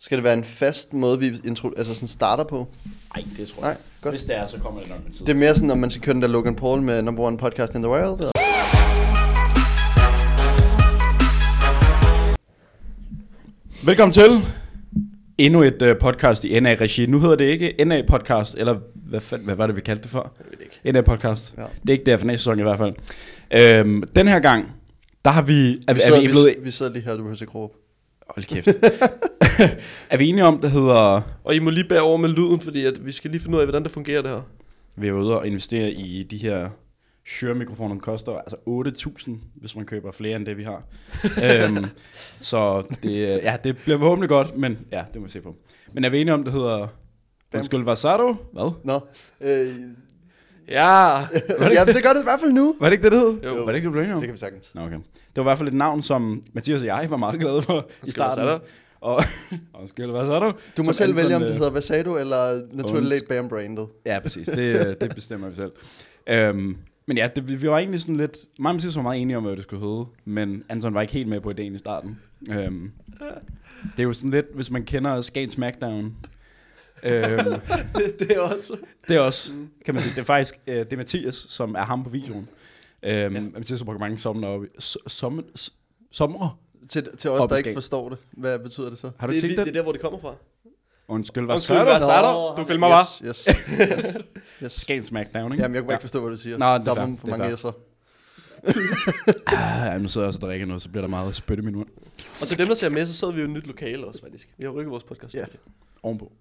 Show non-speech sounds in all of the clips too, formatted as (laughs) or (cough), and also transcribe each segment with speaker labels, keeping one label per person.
Speaker 1: Skal det være en fast måde, vi intro, altså sådan starter på?
Speaker 2: Nej, det tror jeg
Speaker 1: Nej,
Speaker 2: ikke.
Speaker 1: godt.
Speaker 2: Hvis det er, så kommer det nok med tid.
Speaker 1: Det er mere sådan, når man skal køre den der Logan Paul med number one podcast in the world. Eller?
Speaker 2: Velkommen til endnu et uh, podcast i NA-regi. Nu hedder det ikke NA-podcast, eller hvad, fand, hvad var det, vi kaldte det for?
Speaker 1: ved ikke.
Speaker 2: NA-podcast.
Speaker 1: Ja.
Speaker 2: Ja. Det er ikke det her for næste sæson i hvert fald. Øhm, den her gang, der har vi... Er,
Speaker 1: Vi
Speaker 2: vi, er
Speaker 1: sidder,
Speaker 2: vi blevet,
Speaker 1: vi, vi sidder lige her, du behøver ikke råbe.
Speaker 2: Hold kæft. (laughs) er vi enige om, det hedder...
Speaker 3: Og I må lige bære over med lyden, fordi at vi skal lige finde ud af, hvordan det fungerer det her.
Speaker 2: Vi er ude og investere i de her Shure-mikrofoner, der koster altså 8.000, hvis man køber flere end det, vi har. øhm, så det, ja, det bliver forhåbentlig godt, men ja, det må vi se på. Men er vi enige om, det hedder... Undskyld, Vasado? Hvad?
Speaker 1: Nå, øh,
Speaker 3: Ja,
Speaker 1: ja, det gør det i hvert fald nu.
Speaker 2: Var det ikke det, det hed?
Speaker 3: Jo.
Speaker 2: Var det ikke det, du blev enige om?
Speaker 1: Det kan vi sagtens.
Speaker 2: Nå, okay. Det var i hvert fald et navn, som Mathias og jeg var meget glade for i starten.
Speaker 3: Vasado.
Speaker 2: Og, (laughs) undskyld, hvad så du?
Speaker 1: Du må
Speaker 2: Som
Speaker 1: selv
Speaker 2: Anton,
Speaker 1: vælge, om det
Speaker 2: øh,
Speaker 1: hedder, hvad sagde du, eller naturligt
Speaker 2: Undskyld.
Speaker 1: Late Bam Branded.
Speaker 2: Ja, præcis. Det, øh, det bestemmer vi selv. Øhm, men ja, det, vi- vi var egentlig sådan lidt... Mig og Mathias var meget enige om, hvad det skulle hedde, men Anton var ikke helt med på ideen i starten. Øhm, det er jo sådan lidt, hvis man kender Skagen Smackdown. Øhm,
Speaker 3: (laughs) det er også. Mm.
Speaker 2: det er også, kan man sige, det er faktisk øh, det er Mathias, som er ham på videoen. Øhm, ja. Mathias har brugt mange sommer op. Sommer? Sommer?
Speaker 1: Til, til os,
Speaker 2: Op i
Speaker 1: der ikke
Speaker 2: skæg.
Speaker 1: forstår det, hvad betyder det så?
Speaker 2: Har du
Speaker 3: Det,
Speaker 2: ikke
Speaker 3: er,
Speaker 2: set
Speaker 3: lige- det er
Speaker 2: det?
Speaker 3: der, hvor det kommer fra.
Speaker 2: Undskyld, hvad
Speaker 3: Undskyld,
Speaker 2: så
Speaker 3: hvad
Speaker 2: du?
Speaker 3: sagde du?
Speaker 1: Nå,
Speaker 3: Du filmer, hva'?
Speaker 1: yes, yes, yes, yes, yes.
Speaker 2: Skagen Smackdown, ikke?
Speaker 1: Jamen, jeg kunne ikke forstå, hvad du siger.
Speaker 2: Nå, det er
Speaker 1: der
Speaker 2: fair,
Speaker 1: var for
Speaker 2: det er
Speaker 1: mange
Speaker 2: fair.
Speaker 1: s'er.
Speaker 2: Ja, Ah, nu sidder jeg også og drikker noget, så bliver der meget spyt i min mund.
Speaker 3: Og til dem, der ser med, så sidder vi jo i et nyt lokale også, faktisk. Vi har rykket vores podcast
Speaker 1: Ja.
Speaker 3: yeah.
Speaker 2: Ovenpå.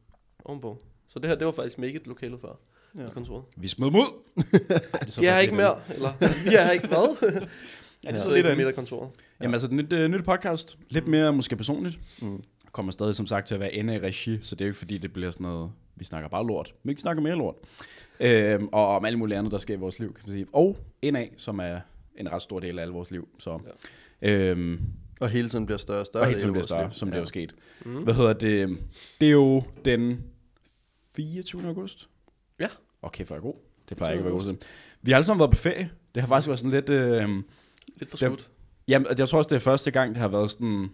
Speaker 3: ovenpå. Så det her, det var faktisk make it lokale før. Ja. Kontoret.
Speaker 2: Vi smed mod.
Speaker 3: Vi er her ikke mere, eller (laughs) vi er her ikke hvad? ja, de
Speaker 2: Ja.
Speaker 3: sidder ikke midt af kontoret.
Speaker 2: Jamen altså, nyt, øh, nyt podcast. Lidt mere måske personligt. Mm. Kommer stadig som sagt til at være NA regi, så det er jo ikke fordi, det bliver sådan noget, vi snakker bare lort. Men vi snakker mere lort. Øhm, og om alt muligt andet, der sker i vores liv, kan man sige. Og NA, som er en ret stor del af alt vores liv. Så, ja. øhm,
Speaker 1: Og hele tiden bliver større og større.
Speaker 2: og helt
Speaker 1: i
Speaker 2: som bliver
Speaker 1: vores
Speaker 2: større,
Speaker 1: liv.
Speaker 2: som det
Speaker 1: Ja.
Speaker 2: er jo sket. Mm. Hvad hedder det? Det er jo den 24. august.
Speaker 3: Ja.
Speaker 2: Okay, for jeg er god. Det plejer jeg ikke at være god til. Vi har alle sammen været på ferie. Det har faktisk været sådan lidt... Øh,
Speaker 3: Lidt for
Speaker 2: Det er-
Speaker 3: skudt.
Speaker 2: Jamen, og jeg tror også, det er første gang, det har været sådan,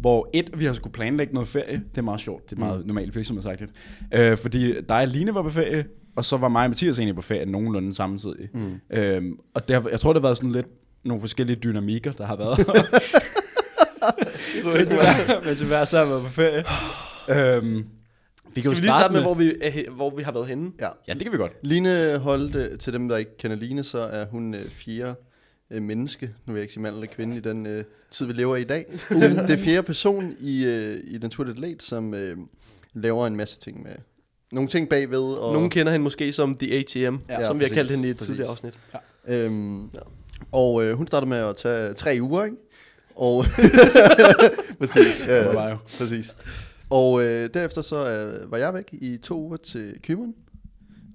Speaker 2: hvor et, vi har skulle planlægge noget ferie. Det er meget sjovt. Det er meget mm. normalt virksomhedsagtigt. Øh, fordi dig og Line var på ferie, og så var mig og Mathias egentlig på ferie nogenlunde samtidig. Mm. Øhm, og det har, jeg tror, det har været sådan lidt nogle forskellige dynamikker, der har været. mens, vi hver, mens vi hver så har været på ferie. Øhm, vi
Speaker 3: Skal
Speaker 2: kan
Speaker 3: vi lige starte med, hvor vi, er, he- hvor vi har været henne?
Speaker 1: Ja.
Speaker 2: Ja, det kan vi godt.
Speaker 1: Line holdt, øh, til dem der ikke kender Line, så er hun øh, fjerde øh, menneske, nu vil jeg ikke sige mand eller kvinde i den øh, tid, vi lever i i dag. Det, det er fjerde person i, øh, i Naturligt Let, som øh, laver en masse ting med nogle ting bagved. Og,
Speaker 3: Nogen kender hende måske som The ATM,
Speaker 1: Ja,
Speaker 3: ja, som vi har
Speaker 1: præcis,
Speaker 3: kaldt hende i et
Speaker 1: præcis.
Speaker 3: tidligere afsnit.
Speaker 1: Øhm, ja.
Speaker 3: Ja.
Speaker 1: Og øh, hun startede med at tage tre uger, ikke? Og præcis, ja,
Speaker 2: Det var jo.
Speaker 1: præcis. Og øh, derefter så øh, var jeg væk i to uger til Kymon.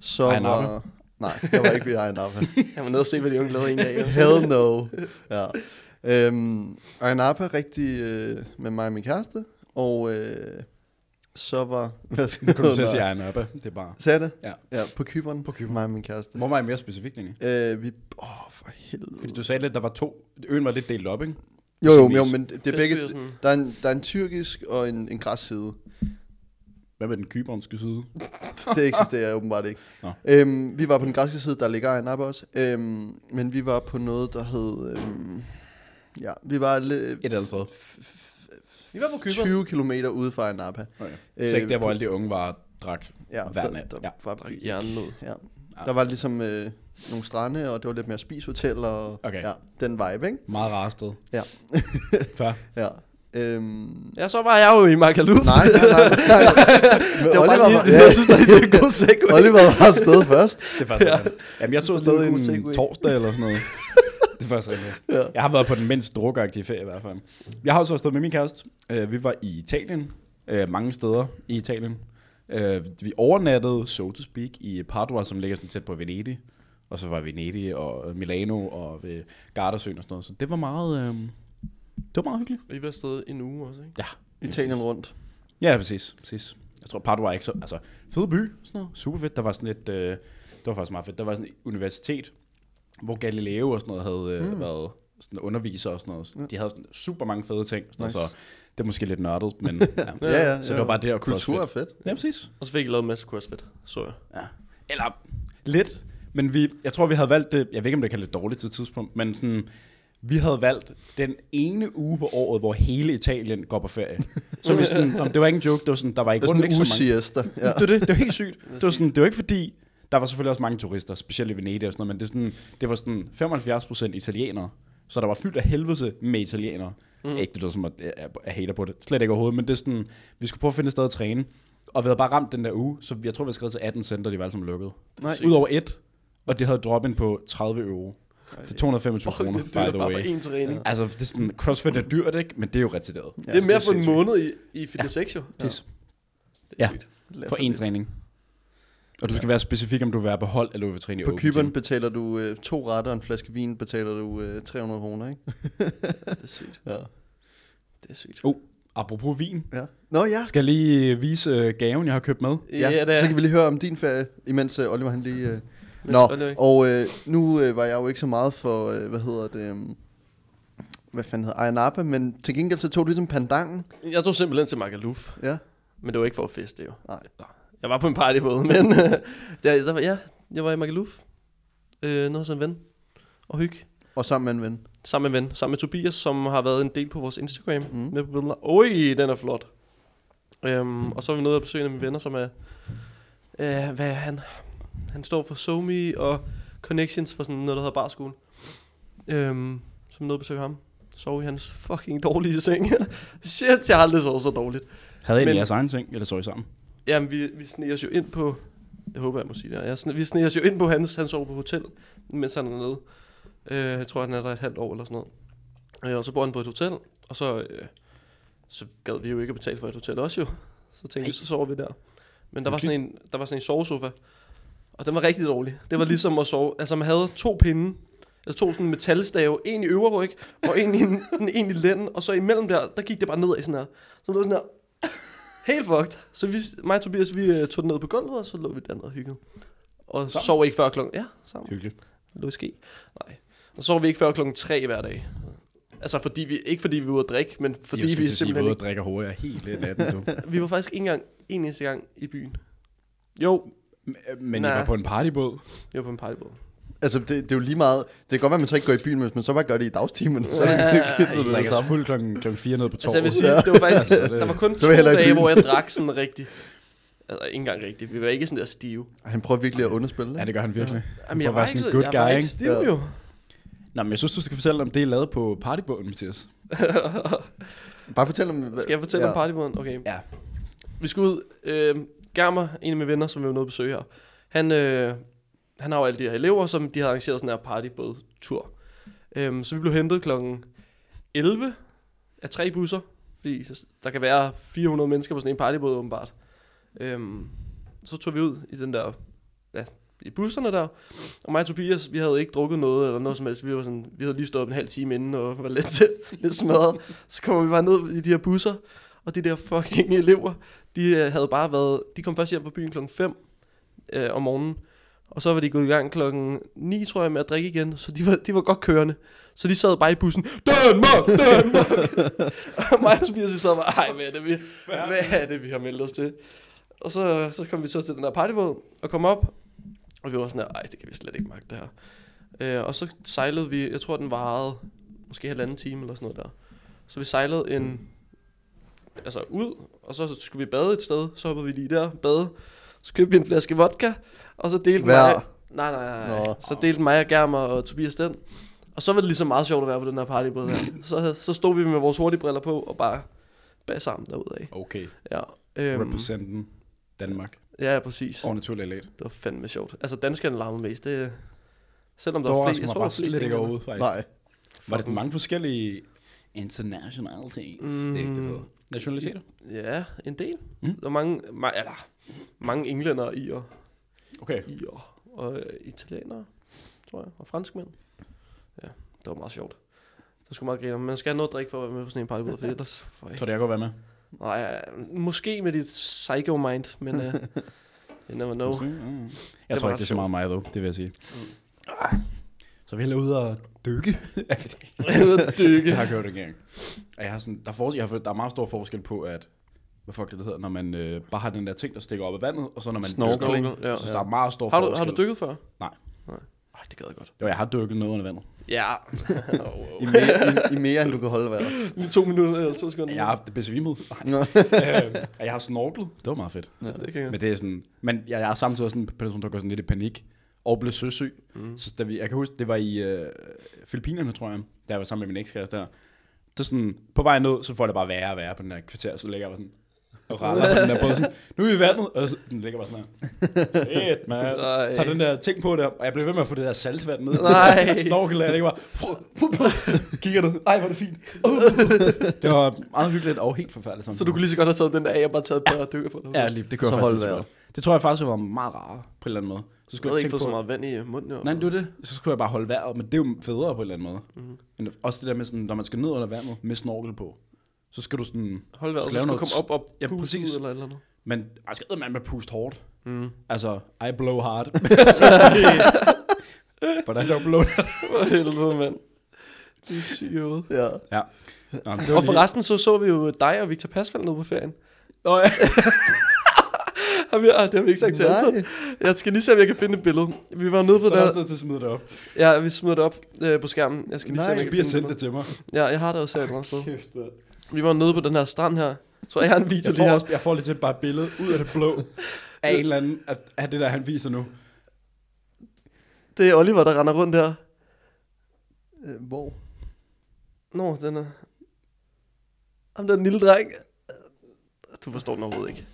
Speaker 1: Så
Speaker 2: Ej, Napa.
Speaker 1: var, nej, jeg var ikke ved Ejn Napa.
Speaker 3: Jeg var nede og se, hvad de unge lavede en dag. ja.
Speaker 1: Hell no. Ja. Øhm, Ayanapa rigtig øh, med mig og min kæreste, og øh, så var... Hvad skal
Speaker 2: Nu kan du til at sige Ejner Abba. Det er bare...
Speaker 1: Sagde jeg det?
Speaker 2: Ja.
Speaker 1: ja på Kyberen. På Kyberen. Mig og min kæreste.
Speaker 2: Hvor var jeg mere specifikt egentlig?
Speaker 1: Øh, vi... Åh, oh, for helvede.
Speaker 2: Fordi du sagde lidt, der var to... Øen var lidt delt op, ikke?
Speaker 1: Jo, jo,
Speaker 2: Sådan
Speaker 1: jo
Speaker 2: is.
Speaker 1: men det, det er
Speaker 3: Fisk
Speaker 1: begge...
Speaker 3: bliver sådan-
Speaker 1: Der er, en, der er en tyrkisk og en, en græs side.
Speaker 2: Hvad med den kyberonske side?
Speaker 1: Det eksisterer åbenbart ikke.
Speaker 2: Nå.
Speaker 1: Øhm, vi var på den græske side, der ligger Ayanapa også. Øhm, men vi var på noget, der hed... Øhm, ja, vi var lidt...
Speaker 2: Et andet sted.
Speaker 3: Vi var på
Speaker 1: 20
Speaker 3: Kypern.
Speaker 1: km ude fra Ayanapa.
Speaker 2: Okay.
Speaker 1: Øh,
Speaker 2: Så ikke der, hvor alle de unge var og drak
Speaker 1: Ja,
Speaker 2: hver
Speaker 1: der-
Speaker 2: nat.
Speaker 1: der-
Speaker 2: Ja. Ah.
Speaker 1: var
Speaker 3: Drak
Speaker 1: vi ikke.
Speaker 3: jernlød.
Speaker 1: Ja. Der var ligesom øh, nogle strande, og det var lidt mere spishotel, og
Speaker 2: Okay.
Speaker 1: ja, den vibe, ikke?
Speaker 2: Meget rart sted.
Speaker 1: Ja.
Speaker 2: Før.
Speaker 1: Ja. Øhm,
Speaker 3: Ja, så var jeg jo i Magaluf.
Speaker 1: nej, nej, nej. (laughs) nej. Men
Speaker 3: Det var
Speaker 1: Oliver,
Speaker 3: bare lige,
Speaker 1: var,
Speaker 3: jeg synes, det er en god segway.
Speaker 1: Oliver var afsted først.
Speaker 2: Det er faktisk (laughs) ja. Jamen, jeg tog
Speaker 1: synes,
Speaker 2: afsted
Speaker 1: det er en
Speaker 2: en
Speaker 1: god segue.
Speaker 2: torsdag eller sådan noget. (laughs) det er faktisk rigtigt. Ja. Jeg har været på den mindst drukagtige ferie i hvert fald. Jeg har også været afsted med min kæreste. Øh, vi var i Italien. Øh, mange steder i Italien. Øh, vi overnattede, so to speak, i Padua, som ligger sådan tæt på Venedig. Og så var Venedig og Milano og ved Gardasøen og sådan noget. Så det var meget... Øh, det var meget hyggeligt.
Speaker 3: Vi var afsted en uge også, ikke?
Speaker 2: Ja.
Speaker 1: Italien rundt.
Speaker 2: Ja, præcis, præcis. Jeg tror, Padua er ikke så... Altså, fed by, sådan noget. Super fedt. Der var sådan et... Øh, det var faktisk meget fedt. Der var sådan et universitet, hvor
Speaker 1: Hmm.
Speaker 2: Galileo og sådan noget havde øh, mm. været sådan underviser og sådan noget. De havde sådan super mange fede ting. Sådan nice.
Speaker 1: Nice.
Speaker 2: noget, så Det er måske lidt nørdet,
Speaker 1: (laughs)
Speaker 2: men ja.
Speaker 1: Ja, ja,
Speaker 2: Så
Speaker 1: ja.
Speaker 2: det var bare det og
Speaker 1: Kultur er
Speaker 2: crossfit.
Speaker 1: fedt.
Speaker 2: Ja, præcis.
Speaker 3: Og så fik jeg lavet en masse crossfit, så jeg.
Speaker 2: Ja. Eller lidt, men vi, jeg tror, vi havde valgt det, jeg ved ikke, om det kan lidt dårligt til et tidspunkt, men sådan, vi havde valgt den ene uge på året, hvor hele Italien går på
Speaker 1: (laughs)
Speaker 2: ferie. Så vi sådan, om det var ikke en joke, det var sådan, der var i
Speaker 1: Det er sådan
Speaker 2: grunden
Speaker 1: en
Speaker 2: ikke så
Speaker 1: uge
Speaker 2: mange.
Speaker 1: siesta. Ja.
Speaker 2: Ja. Det, var det, det var helt sygt. Det var, sådan, det var ikke fordi, der var selvfølgelig også mange turister, specielt i Venedig og sådan noget, men det, er sådan, det var sådan 75% italienere, så der var fyldt af helvede med italienere. Mm. Ikke det var som, at jeg, jeg, jeg hater på det, slet ikke overhovedet, men det er sådan, vi skulle prøve at finde et sted at træne, og vi havde bare ramt den der uge, så jeg tror, vi havde skrevet til 18 center, de var alle sammen lukket.
Speaker 1: Nej.
Speaker 2: Udover et, og det havde drop på 30 euro. Det er 225
Speaker 3: Oh,
Speaker 2: kroner,
Speaker 3: det, det er
Speaker 2: by the
Speaker 3: bare for
Speaker 2: way.
Speaker 3: én træning. Ja.
Speaker 2: Altså, det er sådan, crossfit er dyrt, ikke? Men det er jo retarderet.
Speaker 1: Ja,
Speaker 3: Det er mere
Speaker 1: det er
Speaker 3: for en
Speaker 1: sindssygt.
Speaker 3: måned i, i Fitness X, jo.
Speaker 2: Ja.
Speaker 3: Det er
Speaker 2: Ja.
Speaker 3: sygt.
Speaker 2: For en træning. Og du skal være specifik, om du vil være på hold, eller du vil træne i
Speaker 1: På
Speaker 2: åben
Speaker 1: Kyberen
Speaker 2: gym.
Speaker 1: betaler du øh, to retter og en flaske vin, betaler du øh, 300 kroner, ikke?
Speaker 3: Det er sygt.
Speaker 1: Ja.
Speaker 3: Det er sygt.
Speaker 2: Apropos vin,
Speaker 1: ja. Nå ja,
Speaker 2: skal jeg lige vise øh, gaven, jeg har købt med.
Speaker 1: ja.
Speaker 3: Ja, det er.
Speaker 1: så kan vi lige høre om din ferie, imens øh, Oliver han lige... Øh...
Speaker 3: Mens
Speaker 1: Nå,
Speaker 3: Oliver-
Speaker 1: og øh, nu øh, var jeg jo ikke så meget for, øh, hvad hedder det... Øh... Hvad fanden hedder Ayia Napa, men til gengæld så tog du ligesom pandangen.
Speaker 3: Jeg tog simpelthen til Magaluf.
Speaker 1: Ja.
Speaker 3: Men det var ikke for at feste, jo.
Speaker 1: Nej.
Speaker 3: Nå, Jeg var på en partybåd, men (laughs) der, der var, ja, jeg var i Magaluf. Øh, noget hos en ven. Og hygge.
Speaker 1: Og sammen med en ven.
Speaker 3: Sammen med en ven. Sammen med Tobias, som har været en del på vores Instagram. Mm.
Speaker 1: Mm.
Speaker 3: Med på billeder. Oj, den er flot. Øhm, og så er vi nede og besøge en af mine venner, som er... Øh, hvad er han? Han står for Somi og Connections for sådan noget, der hedder Barskolen. Øhm, som nede og besøge ham. Sov i hans fucking dårlige seng. (laughs) Shit, jeg har aldrig sovet så dårligt.
Speaker 2: Havde I
Speaker 3: Men-
Speaker 2: en jeres egen ting, eller så I sammen?
Speaker 3: Jamen, vi, vi sneer os jo ind på... Jeg håber, jeg må sige det her. Jeg, sne- vi sneer os jo ind på hans. Han sover på hotel, mens han er nede. Øh, jeg tror, han er der et halvt år eller sådan noget. Øh, og så bor han på et hotel, og så, øh, så gad vi jo ikke at betale for et hotel også jo. Så tænkte vi, så sover vi der. Men der var,
Speaker 2: Okay.
Speaker 3: sådan en, der var sådan en sovesofa, og den var rigtig dårlig. Det var ligesom at sove... Altså, man havde to pinde, eller to sådan metalstave, en i øvre ryg, og en i, en, en i lænden, og så imellem der, der gik det bare nedad i sådan her. Så det var sådan her, Helt fucked. Så vi, mig og Tobias, vi uh, tog den ned på gulvet, og så lå vi dernede og hyggede. Og sammen.
Speaker 2: Sammen?
Speaker 3: sov ikke før klokken... Ja, sammen.
Speaker 2: Hyggeligt.
Speaker 3: Lå i ske. Nej. Og så sov vi ikke før klokken 3 hver dag. Altså, fordi vi, ikke fordi vi var ude at drikke, men fordi
Speaker 2: jeg
Speaker 3: vi simpelthen
Speaker 2: og drikker hovedet af hele natten,
Speaker 3: (laughs)
Speaker 2: du.
Speaker 3: ikke, Vi var faktisk ikke engang en eneste gang i byen. Jo,
Speaker 2: M- øh, Men
Speaker 3: Nej.
Speaker 2: I var på en partybåd.
Speaker 3: vi var på en partybåd.
Speaker 1: Altså, det, det er jo lige meget... Det kan godt være, at man så ikke går i byen, men hvis man så bare gør det i dagstimerne, så er det,
Speaker 3: Ja,
Speaker 1: det, det,
Speaker 2: Du
Speaker 1: det
Speaker 2: drikker
Speaker 1: samme.
Speaker 2: fuld klokken klokken fire nede på
Speaker 3: Altså, jeg
Speaker 2: torvet.
Speaker 3: vil sige, (laughs) det var faktisk...
Speaker 2: Ja, så det-
Speaker 3: der var kun
Speaker 1: så
Speaker 3: to
Speaker 1: var jeg heller ikke i
Speaker 3: dage,
Speaker 1: byen.
Speaker 3: hvor jeg drak sådan rigtig... Altså, ikke engang rigtigt. Vi var ikke sådan der stive.
Speaker 1: Han prøver virkelig at underspille det.
Speaker 2: Ja, det gør han virkelig.
Speaker 3: Jamen,
Speaker 2: prøver at
Speaker 3: jeg var
Speaker 2: være
Speaker 3: ikke,
Speaker 2: sådan
Speaker 3: så,
Speaker 2: en good
Speaker 3: jeg var
Speaker 2: guy,
Speaker 3: ikke
Speaker 2: ikke?
Speaker 3: stiv,
Speaker 1: Ja.
Speaker 3: jo.
Speaker 2: Nå, men jeg synes, du skal fortælle om det, I lavede på partybåden, Mathias.
Speaker 1: Bare fortæl om... hvad-
Speaker 3: Skal jeg fortælle
Speaker 1: ja.
Speaker 3: ja. om partymåden? Okay.
Speaker 2: Ja.
Speaker 3: Vi skulle ud. Øh, Germer, en af mine venner, som vi var nede at besøge her, han, øh, han har jo alle de her elever, som de har arrangeret sådan her partybåd-tur. Øhm, så vi blev hentet klokken 11 af tre busser, fordi så- der kan være 400 mennesker på sådan en partybåd åbenbart. Øhm, så tog vi ud i den der, ja, i busserne der, og mig og Tobias, vi havde ikke drukket noget eller noget som helst. Vi, var sådan, vi havde lige stået op en halv time inden og var lidt, (laughs) lidt smadret. Så kommer vi bare ned i de her busser, og de der fucking (laughs) elever, de øh, havde bare været, de kom først hjem fra byen klokken 5 øh, om morgenen, og så var de gået i gang klokken 9, tror jeg, med at drikke igen, så de var, de var godt kørende. Så de sad bare i bussen, Danmark, Danmark! (laughs) og mig og Tobias, vi sad bare, ej, hvad er det, vi, hvad er det, vi har meldt os til? Og så, så kom vi så til den der partybåd, og kom op, og vi var sådan her, ej, det kan vi slet ikke magte det her. Øh, og så sejlede vi, jeg tror, den varede måske halvanden time eller sådan noget der. Så vi sejlede en, altså ud, og så skulle vi bade et sted, så hoppede vi lige der, bade, så købte vi en flaske vodka, og så delte
Speaker 1: Hver?
Speaker 3: mig, nej, nej, nej,
Speaker 1: Nå.
Speaker 3: Nå. så delte mig og Germer og Tobias den, og så var det ligesom meget sjovt at være på den her partybåd her. Så, så stod vi med vores hurtige briller på og bare bag sammen derudad.
Speaker 2: Okay.
Speaker 3: Ja, øhm,
Speaker 2: Representen Danmark.
Speaker 3: ja, præcis.
Speaker 2: Og naturlig lidt.
Speaker 3: Det var fandme sjovt. Altså, danskerne larmede mest. Det, selvom
Speaker 2: Der
Speaker 3: der var
Speaker 2: var
Speaker 3: flest, jeg
Speaker 2: mig
Speaker 3: tror, der
Speaker 2: bare
Speaker 3: var flest
Speaker 2: slet ikke
Speaker 3: englænder.
Speaker 2: overhovedet, faktisk.
Speaker 1: Nej.
Speaker 2: Var det sådan mange forskellige internationalities?
Speaker 3: Mm.
Speaker 2: Det er ikke det, det hedder. Nationaliteter?
Speaker 3: Ja, en del.
Speaker 2: Mm.
Speaker 3: Mm. Der var mange, ma- eller, mange englænder og irer,
Speaker 2: Okay.
Speaker 3: irer og øh, italienere, tror jeg, og franskmænd. Ja, det var meget sjovt. Det skulle meget grine, men man skal have noget at drikke for at være med på sådan en partybåd,
Speaker 2: (laughs)
Speaker 3: for ellers får jeg
Speaker 2: Tror det, jeg går være med?
Speaker 3: Oh. Nej, øh, måske med dit psycho mind,
Speaker 2: (laughs)
Speaker 3: men uh, you never know. (laughs)
Speaker 2: Måske, ja, ja. Jeg
Speaker 3: Det
Speaker 2: tror ikke, det
Speaker 3: var
Speaker 2: er så
Speaker 3: sjovt.
Speaker 2: meget mig, dog. Det vil jeg sige. Mm. Så Så vi hellere ude og (laughs) dykke.
Speaker 3: Ude
Speaker 2: (laughs)
Speaker 3: at dykke.
Speaker 2: Jeg har gjort det engang. Og Jeg har sådan, der, er forskel, jeg har, fået- der er meget stor forskel på, at hvad fuck det hedder, når man øh, bare har den der ting, der stikker op af vandet, og så når man
Speaker 1: Snorkel.
Speaker 2: dykker.
Speaker 1: Snorkel,
Speaker 3: ja.
Speaker 2: Jeg synes, der er meget stor
Speaker 3: Har du,
Speaker 2: forskel.
Speaker 3: har du dykket før?
Speaker 2: Nej.
Speaker 3: Nej. Ej, det gad jeg godt.
Speaker 2: Jo, jeg har dykket noget under vandet. (laughs)
Speaker 3: Ja.
Speaker 1: I
Speaker 3: (laughs)
Speaker 1: mere, i, i mere end du kan holde vejret.
Speaker 3: Lige to minutter eller to sekunder.
Speaker 2: Jeg har haft
Speaker 3: (laughs)
Speaker 2: besvimet. Nej.
Speaker 1: Nå.
Speaker 2: øh, og jeg har snorklet. Det var meget fedt.
Speaker 3: Ja, det kan jeg.
Speaker 2: Men det er sådan, men jeg, jeg er samtidig også en person, der går sådan lidt i panik og blev søsyg. Mm. Så da vi, jeg kan huske, det var i øh, Filippinerne, tror jeg, da jeg var sammen med min ekskæreste der. Så sådan, på vej ned, så får det bare værre og værre på den her kvarter, så ligger jeg bare sådan og raller på den der båd, sådan, nu er vi i vandet, og så, den ligger bare sådan her. Fedt, man.
Speaker 3: Nej.
Speaker 2: Tager den der ting på der, og jeg bliver ved med at få det der saltvand ned.
Speaker 3: Nej.
Speaker 2: Snorkel der, (laughs) jeg ligger bare, (laughs) kigger ned, ej, hvor er det fint. det var meget hyggeligt og helt forfærdeligt. sammen.
Speaker 3: Så du kunne lige så godt have taget den der af og bare taget et par dykker på dig.
Speaker 2: Ja, lige, det kunne
Speaker 1: Så
Speaker 2: jeg
Speaker 1: hold
Speaker 2: faktisk
Speaker 1: vejret.
Speaker 2: vejret. Det tror jeg faktisk var meget rarere på en eller anden måde. Så
Speaker 3: Du havde ikke
Speaker 2: tænke
Speaker 3: fået
Speaker 2: på-
Speaker 3: så meget vand i øh, munden. Og...
Speaker 2: Nej, det var det. Så skulle jeg bare holde vejret, men det er jo federe på en eller anden måde. Mm. Men også det der med, sådan, når man skal ned under vandet med snorkel på, så skal du sådan...
Speaker 3: Hold vejret,
Speaker 2: skal
Speaker 3: så
Speaker 2: lave
Speaker 3: skulle
Speaker 2: noget-
Speaker 3: komme op og
Speaker 2: Ja,
Speaker 3: puste
Speaker 2: præcis.
Speaker 3: ud eller et eller
Speaker 2: (laughs)
Speaker 3: andet. (laughs)
Speaker 2: Men jeg skal man med puste hårdt.
Speaker 3: Mm.
Speaker 2: Altså, I blow hard. (laughs) Hvordan der blow
Speaker 3: For helvede, mand. Det er sygt ud.
Speaker 1: Ja.
Speaker 2: Ja. Nå, men det
Speaker 3: Og
Speaker 2: var lige...
Speaker 3: forresten så så vi jo dig og Victor Pasfald nede på ferien.
Speaker 2: Nå, ja.
Speaker 3: (laughs) Har vi, ah, det har vi ikke sagt til
Speaker 1: Nej.
Speaker 3: Anton. Jeg skal lige se, om jeg kan finde et billede. Vi var nede på
Speaker 2: Så er der
Speaker 3: der.
Speaker 2: også nødt til at smide det op. Ligesom
Speaker 3: Ja, vi smider det op øh, på skærmen. Jeg skal lige se,
Speaker 1: Nej,
Speaker 3: om jeg
Speaker 2: Så
Speaker 3: kan
Speaker 2: vi har
Speaker 3: finde
Speaker 2: sendt det til mig.
Speaker 3: billede. Ja, jeg har det også her et eller andet sted.
Speaker 2: (laughs) Kæft, mand.
Speaker 3: Vi var nede på den her strand her. Så jeg har en video
Speaker 2: Jeg
Speaker 3: lige
Speaker 2: får,
Speaker 3: her.
Speaker 2: også, jeg får lige til bare et billede ud af det blå af en eller anden, af, af det der, han viser nu.
Speaker 3: Det er Oliver, der render rundt der.
Speaker 1: Øh, Hvor?
Speaker 3: Nå, den er... Ham der den lille dreng. Du forstår den overhovedet ikke.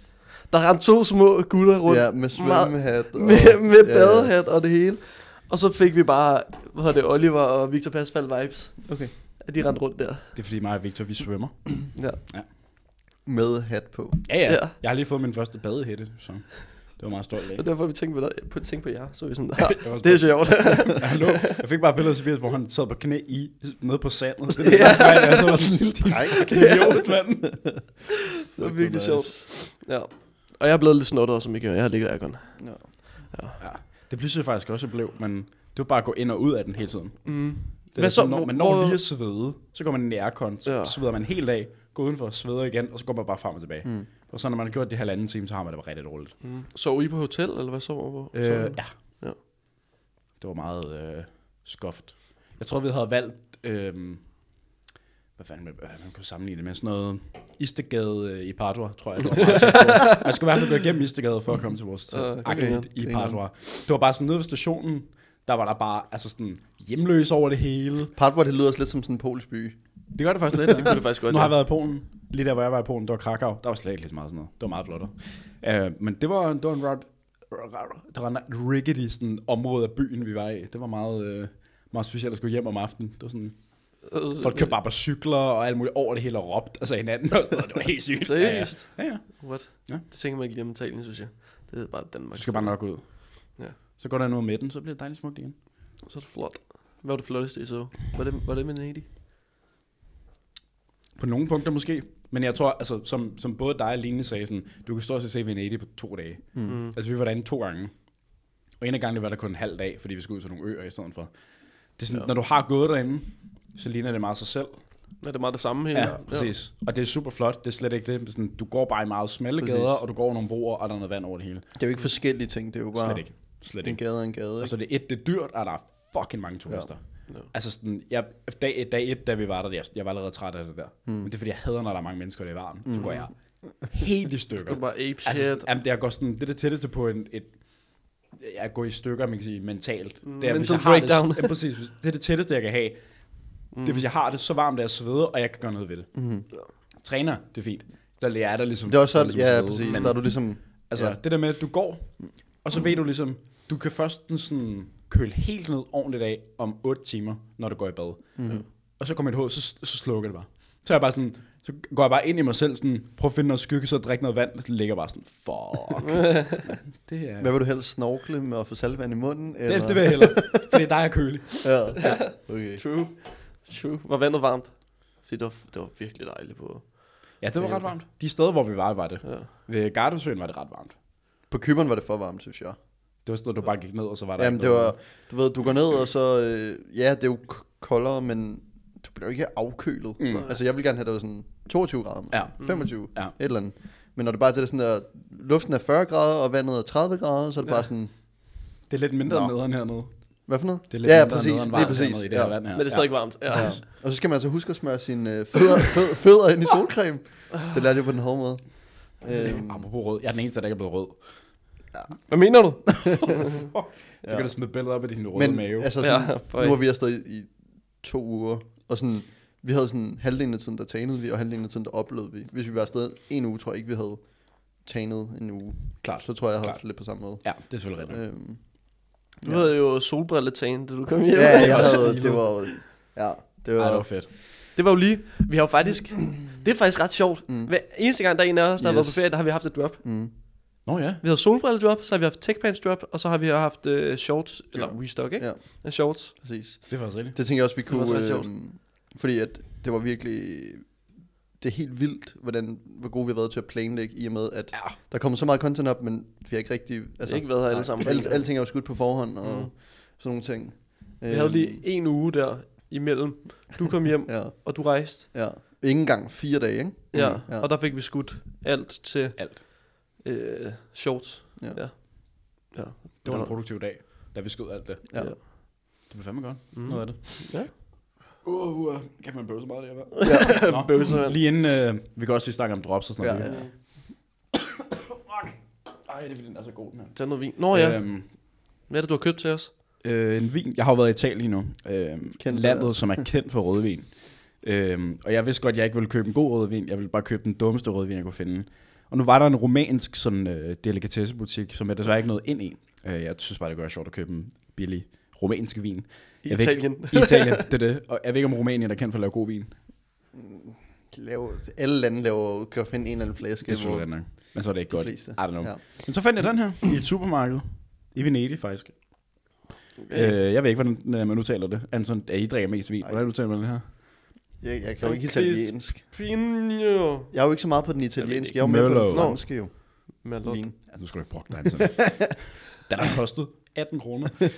Speaker 3: Der rendte to små gutter rundt.
Speaker 1: Ja, med
Speaker 3: meget-
Speaker 1: svømmehat. og-
Speaker 3: med, med
Speaker 1: ja.
Speaker 3: badehat og det hele. Og så fik vi bare, hvad hedder det, Oliver og Victor Pasfald vibes.
Speaker 1: Okay.
Speaker 3: At de rendte rundt der.
Speaker 2: Det er fordi mig og Victor, vi svømmer.
Speaker 3: Ja.
Speaker 1: Med hat på.
Speaker 2: Ja, ja,
Speaker 3: Ja.
Speaker 2: ja. Jeg har lige fået min første badehætte, så det var meget stolt
Speaker 3: (laughs)
Speaker 2: af.
Speaker 3: Og derfor har vi tænkt på, dig, på, tænkt på jer. Så er
Speaker 2: (laughs)
Speaker 3: vi sådan, ja,
Speaker 2: Jeg, var
Speaker 3: det er
Speaker 2: også
Speaker 3: sjovt.
Speaker 2: bare, jeg, lå, jeg fik bare billedet af Tobias, hvor han sad på knæ i, nede på sandet. Det
Speaker 3: (laughs) Ja.
Speaker 2: ja. Jeg så var sådan en lille
Speaker 3: (laughs)
Speaker 2: dreng. Idiot, mand.
Speaker 3: det var virkelig
Speaker 1: nice.
Speaker 3: sjovt. Ja. Og jeg er blevet lidt snottet også, som I gør. Jeg har ligget agon.
Speaker 1: Ja.
Speaker 2: Ja. Det blev jeg faktisk også jeg blev, men det var bare at gå ind og ud af den hele tiden. Det
Speaker 3: Mm.
Speaker 2: er
Speaker 3: Hvad så?
Speaker 2: sådan, når man
Speaker 3: Hvor-
Speaker 2: når lige at svede, så går man ind i aircon, så
Speaker 3: Ja.
Speaker 2: ja. sveder man helt af, går udenfor og sveder igen, og så går man bare frem og tilbage. Mm. Og så når man har gjort det halvanden time, så har man det bare rigtig dårligt.
Speaker 3: Mm. Sov I på hotel, eller hvad sov hvor?
Speaker 2: Øh,
Speaker 3: sov I? (laughs)
Speaker 2: ja.
Speaker 3: Ja.
Speaker 2: Det var meget øh, skuft. Jeg tror, vi havde valgt... Øh, hvad fanden man, hvad man kunne sammenligne det med? Sådan noget Istegade øh, i Padua, tror jeg. Det var meget tæt på. man skulle i hvert fald gå igennem Istegade for at komme til vores
Speaker 3: Øh,
Speaker 2: hotel.
Speaker 3: okay,
Speaker 2: Okay,
Speaker 1: ja.
Speaker 2: i Padua. Det var bare sådan nede ved stationen, der var der bare altså sådan hjemløs over det hele.
Speaker 1: Padborg, det lyder også lidt som sådan en polsk by.
Speaker 2: Det gør det faktisk lidt. det
Speaker 3: kunne det faktisk godt,
Speaker 2: Nu har
Speaker 3: ja.
Speaker 2: jeg været i Polen. Lige der, hvor jeg var i Polen, der var Krakow. Der var slet ikke lige så meget sådan noget. Det var meget flottere. Uh, men det var, det var en ret... Der var en rickety sådan, område af byen, vi var i. Det var meget, uh, meget specielt at skulle hjem om aftenen. Det var sådan,
Speaker 3: Altså,
Speaker 2: folk kørte bare på cykler og alt muligt over det hele og råbte altså hinanden og sådan noget. Det var helt sygt.
Speaker 3: Seriøst?
Speaker 2: Ja, ja. ja, ja.
Speaker 3: What?
Speaker 2: Ja.
Speaker 3: Det tænker man ikke lige om Italien, synes jeg. Det er bare Danmark.
Speaker 2: Du skal bare nok ud.
Speaker 3: Ja.
Speaker 2: Så går der noget med den, så bliver det dejligt smukt igen.
Speaker 3: Så er det flot. Hvad var det flotteste, I så? Var det, var det med Venedig?
Speaker 2: På nogle punkter måske. Men jeg tror, altså, som, som både dig og Line sagde, sådan, du kan stort set se Venedig på to dage. Mm. Altså, vi var derinde to gange. Og en af gangene var der kun en halv dag, fordi vi skulle ud til nogle øer i stedet for. Det er sådan,
Speaker 3: Ja.
Speaker 2: ja. Når du har gået derinde, så ligner det meget sig selv.
Speaker 3: Er det meget det samme hele?
Speaker 2: Ja, præcis. Og det er super flot. Det er slet ikke det. det er sådan, du går bare i meget smalle
Speaker 1: Præcis.
Speaker 2: præcis. gader, og du går over nogle broer, og der er noget vand over det hele.
Speaker 1: Det er jo ikke forskellige ting, det er jo bare
Speaker 2: Mm. Slet ikke. Slet
Speaker 1: en
Speaker 2: ikke.
Speaker 1: gade og en gade.
Speaker 2: Og
Speaker 1: Ikke?
Speaker 2: så er det et, det er dyrt, og der er fucking mange turister.
Speaker 3: Ja.
Speaker 2: Ja.
Speaker 3: Ja.
Speaker 2: Altså sådan, jeg, dag, dag et, da vi var der, jeg, jeg var allerede træt af det der. Mm. Men det er fordi, jeg hader, når der er mange mennesker, og det er varmt. Mm. Så går jeg helt i stykker.
Speaker 3: Det var bare ape shit.
Speaker 2: altså, sådan, jamen, det, er godt sådan, det er det tætteste på en, et, jeg går i stykker, man kan sige, mentalt. Mm, det er, hvis
Speaker 3: mental
Speaker 2: jeg har
Speaker 3: breakdown.
Speaker 2: Det, ja, præcis, hvis- det er det tætteste, jeg kan have. Mm. Det er, hvis jeg har det så varmt, at jeg sveder, og jeg kan gøre noget ved det. Mm. Træner, det er fint. Der lærer jeg dig ligesom.
Speaker 1: Mm-hmm. Det er også
Speaker 2: hvordan
Speaker 1: sådan,
Speaker 2: man
Speaker 1: ja,
Speaker 2: sveder.
Speaker 1: præcis.
Speaker 2: Men-
Speaker 1: Der er du ligesom...
Speaker 2: Altså
Speaker 1: Ja.
Speaker 2: ja. det der med, at du går, og så ved du ligesom, du kan først den sådan køle helt ned ordentligt af om 8 timer, når du går i bad.
Speaker 1: Mhm.
Speaker 2: Mm-hmm. Og så kommer mit hoved, så, så slukker det bare. Så er jeg bare sådan, så går jeg bare ind i mig selv, sådan, prøver at finde noget skygge, så drikker noget vand, og så ligger jeg bare sådan,
Speaker 1: (laughs)
Speaker 2: fuck. det er...
Speaker 1: Hvad vil du helst snorkle med at få saltvand i munden? Eller?
Speaker 2: Det, det vil jeg hellere, for det er dig, jeg er kølig.
Speaker 1: Ja. Okay.
Speaker 3: True. True. Var vandet varmt? Fordi det var, det var virkelig dejligt på.
Speaker 2: Ja, det var ret varmt. De steder, hvor vi var, var det.
Speaker 3: Ja.
Speaker 2: Ved Gardasøen var det ret varmt.
Speaker 1: På Køberen var det for varmt, synes jeg.
Speaker 2: Det var sådan noget, du bare gik ned, og så var der
Speaker 1: Jamen,
Speaker 2: ikke
Speaker 1: det
Speaker 2: noget.
Speaker 1: var, du ved, du går ned, og så, øh, ja, det er jo k- koldere, men du bliver jo ikke afkølet.
Speaker 2: Mm.
Speaker 1: Mm. Altså, jeg vil gerne have, det var sådan 22 grader, måske.
Speaker 2: Ja. Mm.
Speaker 1: 25,
Speaker 2: Ja.
Speaker 1: ja. et eller andet. Men når det bare er det der sådan der, luften er 40 grader, og vandet er 30 grader, så er det ja. bare sådan,
Speaker 2: Det er lidt mindre
Speaker 1: Nå.
Speaker 2: nederen hernede.
Speaker 1: hvad for noget?
Speaker 2: Det er lidt
Speaker 1: ja,
Speaker 2: mindre
Speaker 1: præcis,
Speaker 2: nederen
Speaker 1: lige
Speaker 2: varmt
Speaker 1: præcis.
Speaker 2: hernede i det her
Speaker 1: Ja.
Speaker 2: vand her.
Speaker 3: Men det er stadig varmt. Ja.
Speaker 1: Ja. Og så skal man altså huske at smøre sine øh,
Speaker 3: (laughs)
Speaker 1: fødder, fødder, fødder ind i solcreme. Det lærte jeg på den hårde måde. Øhm,
Speaker 2: Ja. Apropos rød. Jeg er den eneste, der ikke er blevet rød.
Speaker 3: Hvad mener du?
Speaker 2: Du kan da smide billeder op af din røde
Speaker 1: men
Speaker 2: mave.
Speaker 1: altså, sådan,
Speaker 3: Ja, for
Speaker 1: Nu var vi afsted i, i to uger, og sådan, vi havde sådan halvdelen af tiden, der tanede vi, og halvdelen af tiden, der oplevede vi. Hvis vi var afsted en uge, tror jeg ikke, vi havde tanet en uge.
Speaker 2: Klart.
Speaker 1: Så tror jeg, jeg havde
Speaker 2: Klart.
Speaker 1: haft det lidt på samme måde.
Speaker 2: Ja, det er selvfølgelig rigtigt.
Speaker 1: Øhm,
Speaker 3: Du havde jo solbrilletagen, da du kom hjem.
Speaker 1: ja, jeg
Speaker 2: var
Speaker 1: havde,
Speaker 2: stilet.
Speaker 1: det var, ja, det
Speaker 2: Ej,
Speaker 1: var,
Speaker 2: det var fedt.
Speaker 3: Det var jo lige, vi har jo faktisk, det er faktisk ret sjovt. Mm. Hver eneste gang, der er en af os, der yes. har været på
Speaker 1: Yes.
Speaker 3: ferie, der har vi haft et drop.
Speaker 1: mm,
Speaker 2: Nå ja.
Speaker 3: Vi havde solbrille-drop, så har vi haft techpants drop, og så har vi haft øh, shorts, eller
Speaker 1: Ja.
Speaker 3: restock, ikke?
Speaker 1: ja,
Speaker 3: Ja. Shorts.
Speaker 1: præcis.
Speaker 2: Det var rigtigt.
Speaker 1: Det tænker jeg også, vi
Speaker 3: var også
Speaker 1: kunne...
Speaker 3: ret sjovt.
Speaker 1: øhm, fordi at det var virkelig... Det er helt vildt, hvordan, hvor gode vi har været til at planlægge, i og med, at ja. der kommer så meget content op, men vi har ikke rigtig...
Speaker 3: Altså, ikke været her alle sammen.
Speaker 1: Alt, alting er jo skudt på forhånd og mm. sådan nogle ting. Øhm,
Speaker 3: Vi havde lige en uge der imellem. Du kom hjem,
Speaker 1: øh, (laughs) Ja,
Speaker 3: og du rejste.
Speaker 1: ja. Ikke engang fire dage, ikke?
Speaker 3: Ja,
Speaker 1: Mm, ja.
Speaker 3: og der fik vi skudt alt til
Speaker 2: Alt.
Speaker 3: øh, shorts.
Speaker 1: Ja.
Speaker 3: Ja. ja.
Speaker 2: Det var en produktiv dag, da vi skød alt det.
Speaker 1: Ja.
Speaker 2: Det blev fandme godt. Mm.
Speaker 3: Mm.
Speaker 2: Noget af det.
Speaker 3: Ja.
Speaker 2: Uh, uh, kan man bøve så meget, det her?
Speaker 1: Ja.
Speaker 2: (laughs) Nå,
Speaker 3: Bøvsevand.
Speaker 2: Lige inden, øh, vi kan også lige snakke om drops og sådan
Speaker 1: Ja,
Speaker 2: noget.
Speaker 1: ja.
Speaker 2: Ej, det er fordi, den er så god, den her.
Speaker 3: Tag noget vin. Nå ja,
Speaker 2: Øhm,
Speaker 3: hvad er det, du har købt til os?
Speaker 2: øh, en vin, jeg har jo været i Italien lige nu. Øh,
Speaker 1: for
Speaker 2: landet,
Speaker 1: det.
Speaker 2: som er kendt for rødvin. Øhm, og jeg vidste godt, at jeg ikke ville købe en god rødvin. Jeg ville bare købe den dummeste rødvin, jeg kunne finde. Og nu var der en romansk sådan, øh, delikatessebutik, som jeg desværre ikke nåede ind i. Øh, jeg synes bare, det gør sjovt at købe en billig romansk vin.
Speaker 3: I
Speaker 2: Jeg ved ikke-
Speaker 3: Italien.
Speaker 2: I
Speaker 1: (laughs)
Speaker 2: Italien, det er det. Og jeg ved ikke, om Rumænien er kendt for at lave god vin.
Speaker 1: De laver, alle lande laver, kan finde en eller anden flaske.
Speaker 2: Det er
Speaker 1: hvor
Speaker 2: selvfølgelig nok. Men så er det ikke
Speaker 1: de
Speaker 2: godt. I
Speaker 1: fleste.
Speaker 2: don't know. Ja.
Speaker 1: Ja.
Speaker 2: Men så fandt jeg den her
Speaker 1: (clears throat)
Speaker 2: i et supermarked. I Venedig, faktisk.
Speaker 3: Øh,
Speaker 2: Øh, jeg ved ikke, hvordan øh, man udtaler det. Anton, ja, I drikker mest vin.
Speaker 1: Ej.
Speaker 2: Hvordan udtaler man det her?
Speaker 1: Jeg, jeg kan
Speaker 3: Så
Speaker 1: jo ikke
Speaker 3: Chris-
Speaker 1: italiensk.
Speaker 3: Pino.
Speaker 1: Jeg er jo ikke så meget på den italienske, jeg er jo mere på
Speaker 2: Merlot.
Speaker 1: den franske jo.
Speaker 3: Merlot.
Speaker 1: Vin.
Speaker 2: Ja, nu skal du ikke brokke dig, Anton. den har kostet 18 kroner.
Speaker 3: Det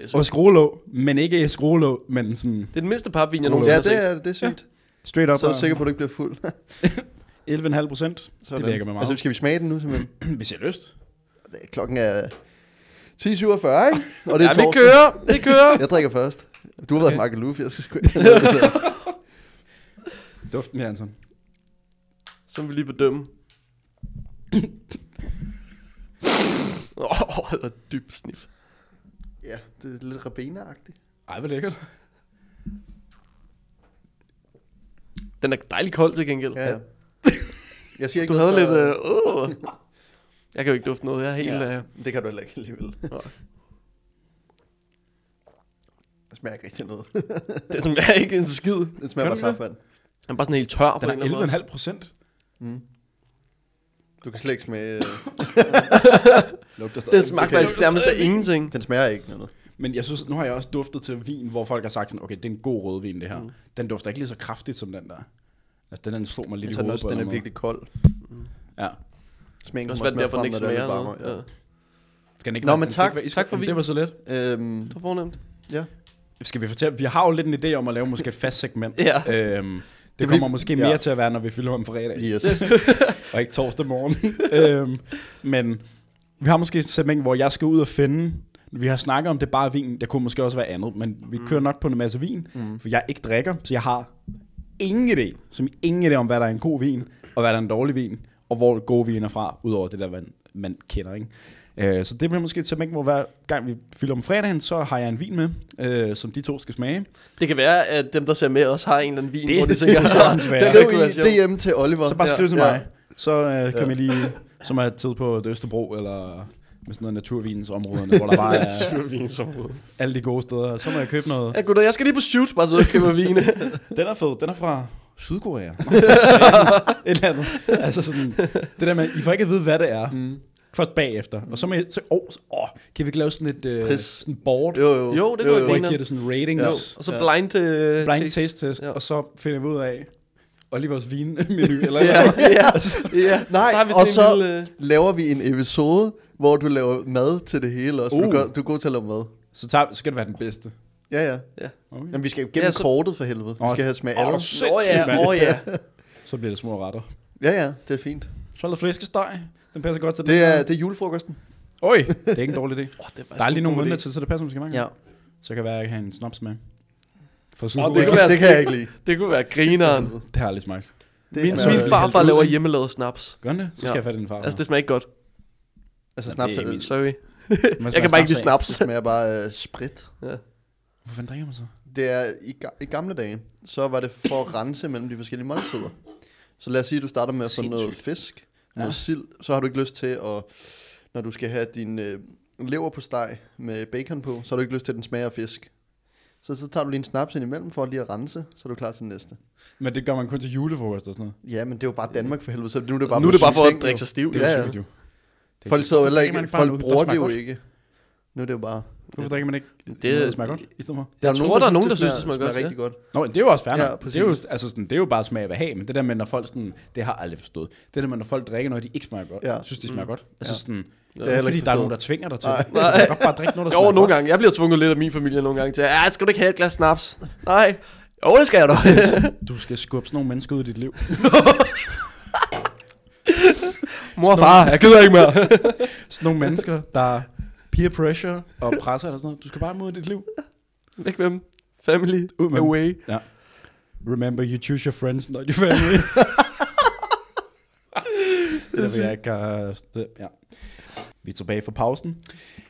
Speaker 3: er, så.
Speaker 2: Og skruelåg, men ikke skruelåg, men sådan
Speaker 3: det er den mindste papvin, jeg
Speaker 1: Ja,
Speaker 3: nogensinde
Speaker 1: det
Speaker 3: har set.
Speaker 1: er, det er sygt.
Speaker 2: straight up.
Speaker 1: Så er du sikker på, at du ikke bliver fuld.
Speaker 2: 11,5 procent.
Speaker 1: Sådan.
Speaker 2: virker mig meget.
Speaker 1: Altså, skal vi smage den nu, simpelthen?
Speaker 2: Hvis jeg har lyst.
Speaker 1: Det er- Klokken er 10.47, ikke? Og det er
Speaker 3: Ja, vi
Speaker 1: torsdag.
Speaker 3: kører, vi
Speaker 1: (laughs)
Speaker 3: kører.
Speaker 1: Jeg drikker først. Du har været
Speaker 2: Okay.
Speaker 1: okay. Michael Luffy, jeg skal sgu ikke.
Speaker 2: Duften her, Anton.
Speaker 3: Så må vi lige bedømme. Åh, (laughs) oh, det var et dybt snif.
Speaker 1: ja, det er lidt rabena-agtigt.
Speaker 2: Ej, hvor lækkert.
Speaker 3: Den er dejlig kold til gengæld.
Speaker 1: Ja, ja. Jeg siger ikke
Speaker 3: Du havde
Speaker 1: noget,
Speaker 3: lidt...
Speaker 1: der-
Speaker 3: Øh, åh. Jeg kan jo ikke dufte noget. Jeg er helt... øh,
Speaker 1: Ja,
Speaker 3: Ja.
Speaker 1: det kan du heller ikke alligevel.
Speaker 3: Øh,
Speaker 1: Det smager ikke rigtig af noget.
Speaker 3: det smager ikke en skid.
Speaker 1: Det smager
Speaker 2: Gør
Speaker 1: bare
Speaker 2: den det?
Speaker 1: saftvand.
Speaker 3: Den er bare sådan helt tør på
Speaker 2: Den
Speaker 3: en eller anden måde.
Speaker 2: er 11,5 procent.
Speaker 1: Du kan slet ikke smage... øh,
Speaker 2: Lugter stadig.
Speaker 3: Den smagte
Speaker 1: Okay.
Speaker 3: faktisk nærmest af ingenting.
Speaker 1: Den smager ikke af noget.
Speaker 2: Men jeg synes, nu har jeg også duftet til vin, hvor folk har sagt sådan, okay, det er en god rødvin, det her. Mm. Den dufter ikke lige så kraftigt som den der. Altså, den, den slog mig lidt
Speaker 1: Jeg
Speaker 2: i
Speaker 1: tager den
Speaker 2: hovedet
Speaker 1: også,
Speaker 2: på en
Speaker 1: den
Speaker 2: eller
Speaker 1: er
Speaker 2: anden
Speaker 1: virkelig kold.
Speaker 2: måde. Ja.
Speaker 1: Smagen
Speaker 3: Det er
Speaker 1: kommer
Speaker 3: også svært
Speaker 1: smør
Speaker 3: derfor, den
Speaker 1: frem,
Speaker 3: ikke
Speaker 1: når er
Speaker 3: smager
Speaker 1: lidt varmere,
Speaker 3: noget. Ja.
Speaker 2: Skal den ikke
Speaker 1: Nå,
Speaker 2: være-
Speaker 1: men
Speaker 2: den skal
Speaker 1: tak.
Speaker 2: ikke være iskold?
Speaker 3: Tak for
Speaker 2: Jamen,
Speaker 3: vin.
Speaker 2: Det var så let.
Speaker 1: Ja. Øhm,
Speaker 3: Det var fornemt.
Speaker 1: ja.
Speaker 2: Skal vi fortælle, vi har jo lidt en idé om at lave måske et fast segment.
Speaker 3: Ja.
Speaker 2: Øhm, det,
Speaker 1: Det
Speaker 2: kommer
Speaker 1: vi-
Speaker 2: måske
Speaker 1: ja.
Speaker 2: mere til at være, når vi fylder om fredag,
Speaker 1: Yes.
Speaker 2: og ikke torsdag morgen. (laughs) øhm, men vi har måske et segment, hvor jeg skal ud og finde, vi har snakket om det er bare vin, det kunne måske også være andet, men vi kører nok på en masse vin, mm. for jeg ikke drikker, så jeg har ingen idé, som i ingen idé om, hvad der er en god vin, og hvad der er en dårlig vin, og hvor gode vin er fra, udover det der, man, man kender, ikke? Øh, så det bliver måske et segment, hvor hver gang vi fylder om fredagen, så har jeg en vin med, øh, som de to skal smage.
Speaker 3: Det kan være, at dem, der ser med os, har en eller anden vin,
Speaker 2: Det-
Speaker 3: det, hvor de (laughs) tænker,
Speaker 2: det kunne sagtens være.
Speaker 3: det
Speaker 1: Skriv
Speaker 3: kunne
Speaker 1: i
Speaker 3: være sjovt.
Speaker 1: DM til Oliver.
Speaker 2: Så bare
Speaker 1: Ja.
Speaker 2: skriv til
Speaker 1: Ja.
Speaker 2: mig, så øh, kan
Speaker 1: Ja.
Speaker 2: vi lige, som er tid på det Østerbro, eller med sådan noget naturvinens områderne, hvor der (laughs)
Speaker 1: (laughs)
Speaker 2: bare er
Speaker 3: Naturvinsområde.
Speaker 2: alle de gode steder, så må jeg købe noget.
Speaker 3: Ja, gutter, jeg skal lige på shoot, bare så jeg køber vin.
Speaker 2: Den er fed, den er fra
Speaker 1: (laughs)
Speaker 2: Sydkorea. Nå, for satan. Et eller andet. Altså sådan, det der med, I får ikke at vide, hvad det er. Mm. Først bagefter. Og så må I, så, åh, så- åh, kan vi ikke lave sådan et øh,
Speaker 1: Pris.
Speaker 2: sådan board,
Speaker 1: Jo, jo.
Speaker 3: Jo, det kunne jeg
Speaker 2: hvor I
Speaker 3: griner.
Speaker 2: giver det sådan ratings,
Speaker 3: Jo,
Speaker 2: ja.
Speaker 3: og så
Speaker 1: Ja.
Speaker 3: blind, uh,
Speaker 2: blind taste test,
Speaker 3: Ja.
Speaker 2: og så finder vi ud af, Olivers vinmenu,
Speaker 1: (laughs)
Speaker 2: eller
Speaker 3: Ja,
Speaker 2: yeah.
Speaker 3: (laughs) ja, ja.
Speaker 1: Nej,
Speaker 3: så har vi sådan
Speaker 1: og
Speaker 3: en
Speaker 1: så
Speaker 3: lille, øh,
Speaker 1: laver vi en episode, hvor du laver mad til det hele også. Uh. Du,
Speaker 2: Uh.
Speaker 1: gør, du er god til at lave mad.
Speaker 2: Så, tager, så skal det være den bedste.
Speaker 1: Ja, ja.
Speaker 2: Okay.
Speaker 1: Jamen, vi skal jo gennem
Speaker 3: Ja,
Speaker 1: ja,
Speaker 3: så-
Speaker 1: så... kortet for helvede. Vi
Speaker 2: Åh,
Speaker 1: skal have smag
Speaker 2: åh,
Speaker 1: alle.
Speaker 2: sindssygt,
Speaker 3: Åh ja,
Speaker 2: mand.
Speaker 3: åh ja.
Speaker 2: Så bliver det små retter.
Speaker 1: Ja, ja, det er fint.
Speaker 2: Så er der flæskesteg. Den passer godt til
Speaker 1: Det
Speaker 2: den
Speaker 1: er,
Speaker 2: her.
Speaker 1: det er julefrokosten. (laughs)
Speaker 2: Oj, det er ikke en dårlig idé.
Speaker 3: Oh, det var
Speaker 2: Der er lige nogle måneder til, så det passer måske mange.
Speaker 3: Ja.
Speaker 2: Så kan det være, at jeg kan have en snaps med. For
Speaker 3: Åh,
Speaker 2: oh,
Speaker 3: det
Speaker 1: Det,
Speaker 3: kan
Speaker 1: kan,
Speaker 2: det,
Speaker 3: være
Speaker 1: det kan
Speaker 3: skidt.
Speaker 1: jeg ikke lide.
Speaker 3: Det kunne være grineren.
Speaker 2: det har jeg aldrig smagt.
Speaker 1: Det
Speaker 3: Min,
Speaker 1: er,
Speaker 3: min farfar laver hjemmelavet snaps.
Speaker 2: Gør den det? Så skal
Speaker 3: Ja.
Speaker 2: ja. jeg fatte den far.
Speaker 3: Altså, det smager ikke godt.
Speaker 1: Altså,
Speaker 2: Ja,
Speaker 1: snaps
Speaker 2: det er min-
Speaker 1: det
Speaker 3: Sorry. Jeg kan bare ikke lide snaps.
Speaker 1: smager bare øh, sprit.
Speaker 2: Hvor fanden drikker man så?
Speaker 1: Det er, i, ga- i gamle dage, så var det for at rense mellem de forskellige måltider. Så lad os sige, at du starter med at få noget
Speaker 2: Sindssygt.
Speaker 1: fisk,
Speaker 2: Ja.
Speaker 1: noget sild, så har du ikke lyst til at, når du skal have din øh, lever på steg med bacon på, så har du ikke lyst til, at den smager af fisk. Så, så tager du lige en snaps ind imellem for lige at rense, så er du klar til den næste.
Speaker 2: Men det gør man kun til julefrokost og sådan noget.
Speaker 1: Ja, men det er jo bare Danmark for helvede, så nu er det bare,
Speaker 3: Nu er det bare for
Speaker 1: sådan
Speaker 3: at
Speaker 1: en
Speaker 3: drikke
Speaker 1: ting,
Speaker 3: sig stiv.
Speaker 2: Det
Speaker 1: Ja,
Speaker 2: er
Speaker 1: ja.
Speaker 2: jo sygt jo.
Speaker 1: jo. Folk sidder jo heller
Speaker 2: drikker man
Speaker 1: ikke,
Speaker 2: bare
Speaker 1: folk
Speaker 2: noget, der
Speaker 1: bruger det
Speaker 2: smager
Speaker 1: jo
Speaker 2: godt.
Speaker 1: ikke. Nu er det jo bare...
Speaker 2: Hvorfor drikker man ikke
Speaker 3: Det-
Speaker 2: det, noget, der smager godt i stedet for?
Speaker 1: Jeg
Speaker 3: tror, der er nogen, der synes, det smager godt, ja.
Speaker 1: rigtig godt.
Speaker 2: Nå, men det er jo også fair
Speaker 1: Ja,
Speaker 2: ja, det,
Speaker 1: præcis.
Speaker 2: er jo, altså sådan, det er jo bare smag af behag, men det der med, når folk sådan, det har jeg aldrig forstået. Det der med, når folk drikker noget, de ikke smager godt,
Speaker 1: Ja.
Speaker 2: ja. synes, de smager mm. godt. Altså
Speaker 1: Ja.
Speaker 2: sådan, det
Speaker 1: Det
Speaker 2: er,
Speaker 1: har jeg
Speaker 2: det er
Speaker 1: heller
Speaker 2: fordi,
Speaker 1: ikke
Speaker 2: der er nogen,
Speaker 1: forstået.
Speaker 2: der tvinger dig til.
Speaker 1: Nej.
Speaker 2: Nej. Man
Speaker 1: (laughs)
Speaker 2: kan godt bare drikke noget, der
Speaker 3: Jo,
Speaker 2: smager
Speaker 3: nogle
Speaker 2: godt.
Speaker 3: gange. Jeg bliver tvunget lidt af min familie nogle gange til, ja, skal du ikke have et glas snaps? Nej. Jo, det skal jeg da.
Speaker 2: Du skal skubbe sådan nogle mennesker ud i dit liv.
Speaker 3: Mor og far, jeg gider ikke mere. (laughs)
Speaker 2: Sådan
Speaker 1: (laughs)
Speaker 2: nogle mennesker, der peer pressure og presser eller sådan noget. Du skal bare mod dit liv.
Speaker 3: Væk med dem. Family
Speaker 2: Ud med dem.
Speaker 3: away.
Speaker 2: Ja. Remember, you choose your friends, not your (laughs) family. det er, jeg ikke har... Det, ja. Vi er tilbage fra pausen.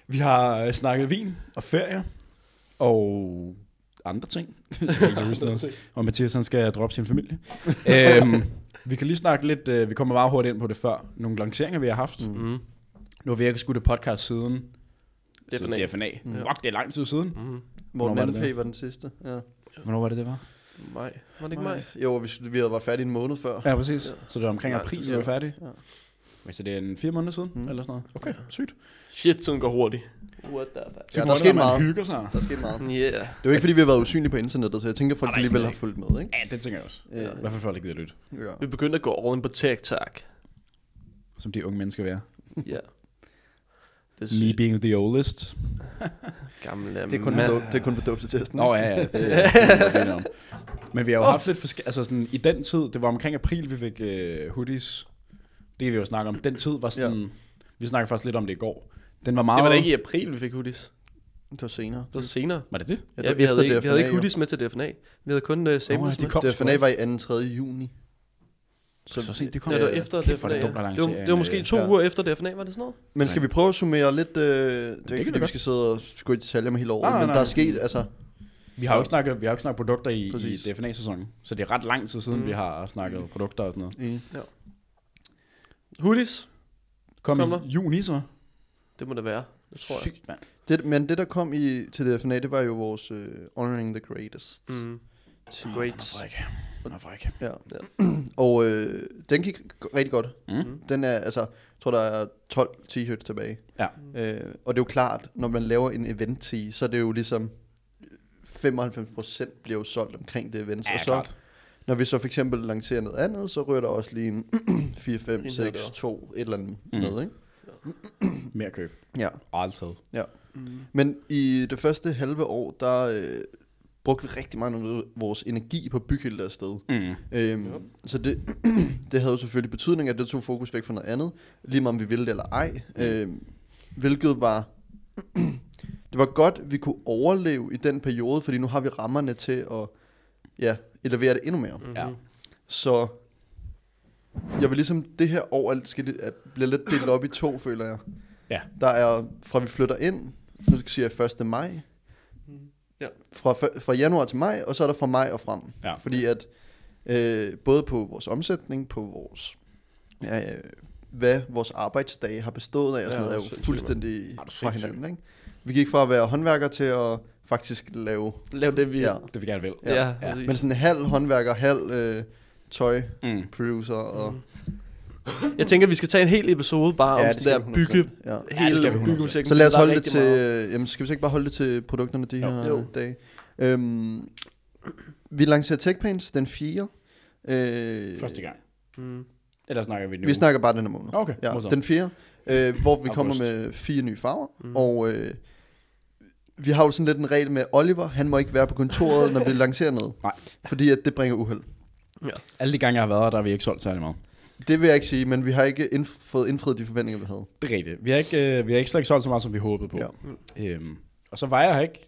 Speaker 2: Vi har øh, snakket vin og ferie og andre (laughs) ting. Jeg kan ikke huske noget. og Mathias han skal droppe sin familie. øhm, vi kan lige snakke lidt, øh, vi kommer meget hurtigt ind på det før, nogle lanceringer vi har haft. Mm.
Speaker 3: Mm.
Speaker 2: Nu har vi ikke skudt et podcast siden
Speaker 3: DFNA.
Speaker 2: siden DFNA. Mm. Fuck, det er lang tid siden.
Speaker 3: Mm.
Speaker 1: Morten
Speaker 2: Hvornår var det
Speaker 1: Anne P. var den sidste. Ja.
Speaker 2: Hvornår var det, det var?
Speaker 3: Maj. Var det ikke maj?
Speaker 1: Jo, vi, vi havde været færdige en måned før.
Speaker 2: Ja, præcis. Ja. Så det er omkring
Speaker 3: Lang
Speaker 2: april,
Speaker 3: tid
Speaker 2: vi var færdige.
Speaker 1: Ja.
Speaker 2: Ja. Så det er en fire måneder siden, mm. eller sådan noget. Okay, sygt.
Speaker 3: Shit, tiden går hurtigt. What the fuck?
Speaker 1: Ja,
Speaker 2: Så
Speaker 1: der
Speaker 2: ja,
Speaker 1: er sket
Speaker 2: sket meget.
Speaker 1: meget.
Speaker 2: Man hygger sig.
Speaker 1: Der er sket meget.
Speaker 3: Yeah.
Speaker 1: Det er jo ikke, fordi vi har været usynlige på internettet, så jeg tænker, at folk
Speaker 2: Nej, nej,
Speaker 1: alligevel
Speaker 2: slet
Speaker 1: har fulgt med, ikke?
Speaker 2: Ja, det tænker jeg også.
Speaker 1: Ja.
Speaker 2: I hvert fald folk, der gider lytte.
Speaker 1: Ja.
Speaker 3: Vi begyndte at gå all in på TikTok.
Speaker 2: Som de unge mennesker vil være.
Speaker 3: Ja. (laughs) Det
Speaker 2: Me
Speaker 3: synes
Speaker 2: being the oldest.
Speaker 3: gamle
Speaker 1: Det er kun,
Speaker 3: mand.
Speaker 1: for, Mm. det er kun for dope til testen.
Speaker 2: Nå ja, ja. Det, det, er jeg enig om. Men vi har jo haft lidt forskellige... Altså sådan, i den tid, det var omkring april, vi fik øh, hoodies. Det kan vi jo snakke om. Den tid var sådan... Ja. Vi snakkede faktisk lidt om det i går. Den var meget...
Speaker 3: Det var da ikke i april, vi fik hoodies.
Speaker 1: Det var senere.
Speaker 3: Det var senere.
Speaker 2: Var det Mm. det?
Speaker 3: Ja,
Speaker 1: Ja,
Speaker 3: ja
Speaker 1: det
Speaker 3: vi,
Speaker 1: var
Speaker 3: havde
Speaker 1: efter
Speaker 3: ikke, vi havde ikke
Speaker 1: DFNA, jo.
Speaker 3: hoodies med til DFNA. Vi havde kun uh, samples
Speaker 2: de
Speaker 3: med.
Speaker 2: kom.
Speaker 1: Det FNA var i 2. 3. juni. Øh,
Speaker 2: Så, så sent, det kom.
Speaker 3: Ja, det var efter
Speaker 2: Kæft, hvor er
Speaker 3: DFNA.
Speaker 2: det dumt at
Speaker 3: ja. Det var,
Speaker 2: lancere
Speaker 3: det var
Speaker 2: en,
Speaker 3: måske
Speaker 2: øh,
Speaker 3: to
Speaker 1: ja.
Speaker 3: uger efter DFNA, var det sådan noget?
Speaker 1: Men skal vi prøve at summere lidt... Øh, det er
Speaker 2: kan
Speaker 1: ikke,
Speaker 2: vi
Speaker 1: fordi vi
Speaker 2: godt.
Speaker 1: skal sidde og gå i detaljer med hele året,
Speaker 2: Nej, nej,
Speaker 1: men
Speaker 2: nej.
Speaker 1: der er sket, altså...
Speaker 2: Vi har jo ikke snakket, vi har jo ikke snakket produkter i,
Speaker 1: Præcis.
Speaker 2: i DFNA-sæsonen, så det er ret lang tid siden,
Speaker 3: Mm.
Speaker 2: mm. vi har snakket produkter og sådan noget.
Speaker 1: enig.
Speaker 3: Hoodies?
Speaker 2: Kom,
Speaker 3: Kommer.
Speaker 2: i juni så.
Speaker 3: Det må det være, det tror jeg.
Speaker 2: Sygt, mand.
Speaker 1: Det, men det, der kom i, til det FNA, det var jo vores øh, Honoring the Greatest. Mm.
Speaker 3: Mm. Great.
Speaker 2: Den er fræk. Den er fræk.
Speaker 1: Ja. (clears throat) Og øh, den gik rigtig godt.
Speaker 2: Mm.
Speaker 1: Den er, altså, jeg tror, der er 12 t-shirts tilbage.
Speaker 2: Ja.
Speaker 1: Øh, og det er jo klart, når man laver en event tee, så er det jo ligesom 95% bliver jo solgt omkring det event.
Speaker 2: Ja,
Speaker 1: og så,
Speaker 2: klart.
Speaker 1: når vi så for eksempel lancerer noget andet, så rører der også lige en (clears throat) 4, 5,
Speaker 3: En
Speaker 1: 6,
Speaker 3: der.
Speaker 1: 2, et eller andet
Speaker 2: Mm.
Speaker 1: mm. med, ikke?
Speaker 2: Mere køb.
Speaker 1: Ja.
Speaker 2: Altid.
Speaker 1: Men i det første halve år, der øh, brugte vi rigtig meget af vores energi på at bygge hele det her sted.
Speaker 2: Mm.
Speaker 1: Øhm,
Speaker 3: Ja.
Speaker 1: Så det, (clears throat) det havde jo selvfølgelig betydning, at det tog fokus væk fra noget andet, lige meget om vi ville det eller ej. Øhm, hvilket var... (clears throat) det var godt, vi kunne overleve i den periode, fordi nu har vi rammerne til at ja, elevere det endnu mere.
Speaker 3: Mhm.
Speaker 1: Mm.
Speaker 2: Ja.
Speaker 1: Så jeg vil ligesom, det her år alt skal det, at bliver lidt delt op i to, føler jeg.
Speaker 2: Ja.
Speaker 1: Der er, fra vi flytter ind, nu skal jeg sige 1. maj,
Speaker 3: Ja.
Speaker 1: fra, fø- fra januar til maj, og så er der fra maj og frem.
Speaker 2: Ja.
Speaker 1: Fordi at øh, både på vores omsætning, på vores, ja, øh, hvad vores arbejdsdag har bestået af, og
Speaker 3: Ja,
Speaker 1: sådan noget,
Speaker 3: det er
Speaker 1: er jo
Speaker 3: sindssygt,
Speaker 1: fuldstændig
Speaker 2: mand. Er du
Speaker 1: fra
Speaker 2: sindssyg?
Speaker 1: hinanden. Ikke? Vi gik fra at være håndværker til at faktisk lave,
Speaker 3: Lav det, vi...
Speaker 1: ja.
Speaker 2: Det vil jeg gerne vil.
Speaker 3: Ja, ja,
Speaker 2: Ja.
Speaker 1: Men sådan halv håndværker, halv øh, tøj,
Speaker 2: Mm.
Speaker 1: producer og... Mm.
Speaker 3: Jeg tænker, vi skal tage en hel episode bare ja, om sådan der bygge,
Speaker 1: Ja.
Speaker 3: hele
Speaker 2: skal vi
Speaker 3: ja,
Speaker 2: 100%.
Speaker 3: byggemusikken.
Speaker 1: Så lad os
Speaker 3: fordi der er
Speaker 1: holde det
Speaker 3: rigtig
Speaker 1: til...
Speaker 3: meget.
Speaker 1: Øh, jamen, skal vi så ikke bare holde det til produkterne de
Speaker 2: Jo.
Speaker 1: her
Speaker 3: Jo.
Speaker 1: dage? Øhm, vi lancerer TechPains den 4. Øh,
Speaker 2: Første gang.
Speaker 3: Mm.
Speaker 2: Eller snakker vi nu?
Speaker 1: vi snakker bare den her måned.
Speaker 2: Okay,
Speaker 1: Ja,
Speaker 2: modtaget.
Speaker 1: den fjerde, øh, hvor vi
Speaker 2: August. Mhm.
Speaker 1: kommer med fire nye farver,
Speaker 3: Mm.
Speaker 1: mm. og øh, vi har jo sådan lidt en regel med Oliver, han må ikke være på kontoret, når vi lancerer noget,
Speaker 2: (laughs) Nej.
Speaker 1: fordi at det bringer uheld.
Speaker 2: Alle de gange, jeg har været her, der har vi ikke solgt særlig meget.
Speaker 1: Det vil jeg ikke sige, men vi har ikke indf- fået indfriet de forventninger, vi havde.
Speaker 2: Det er rigtigt. Vi har ikke, øh, vi har ikke slet ikke solgt så meget, som vi håbede på.
Speaker 1: Ja.
Speaker 2: Øhm, og så var jeg her ikke.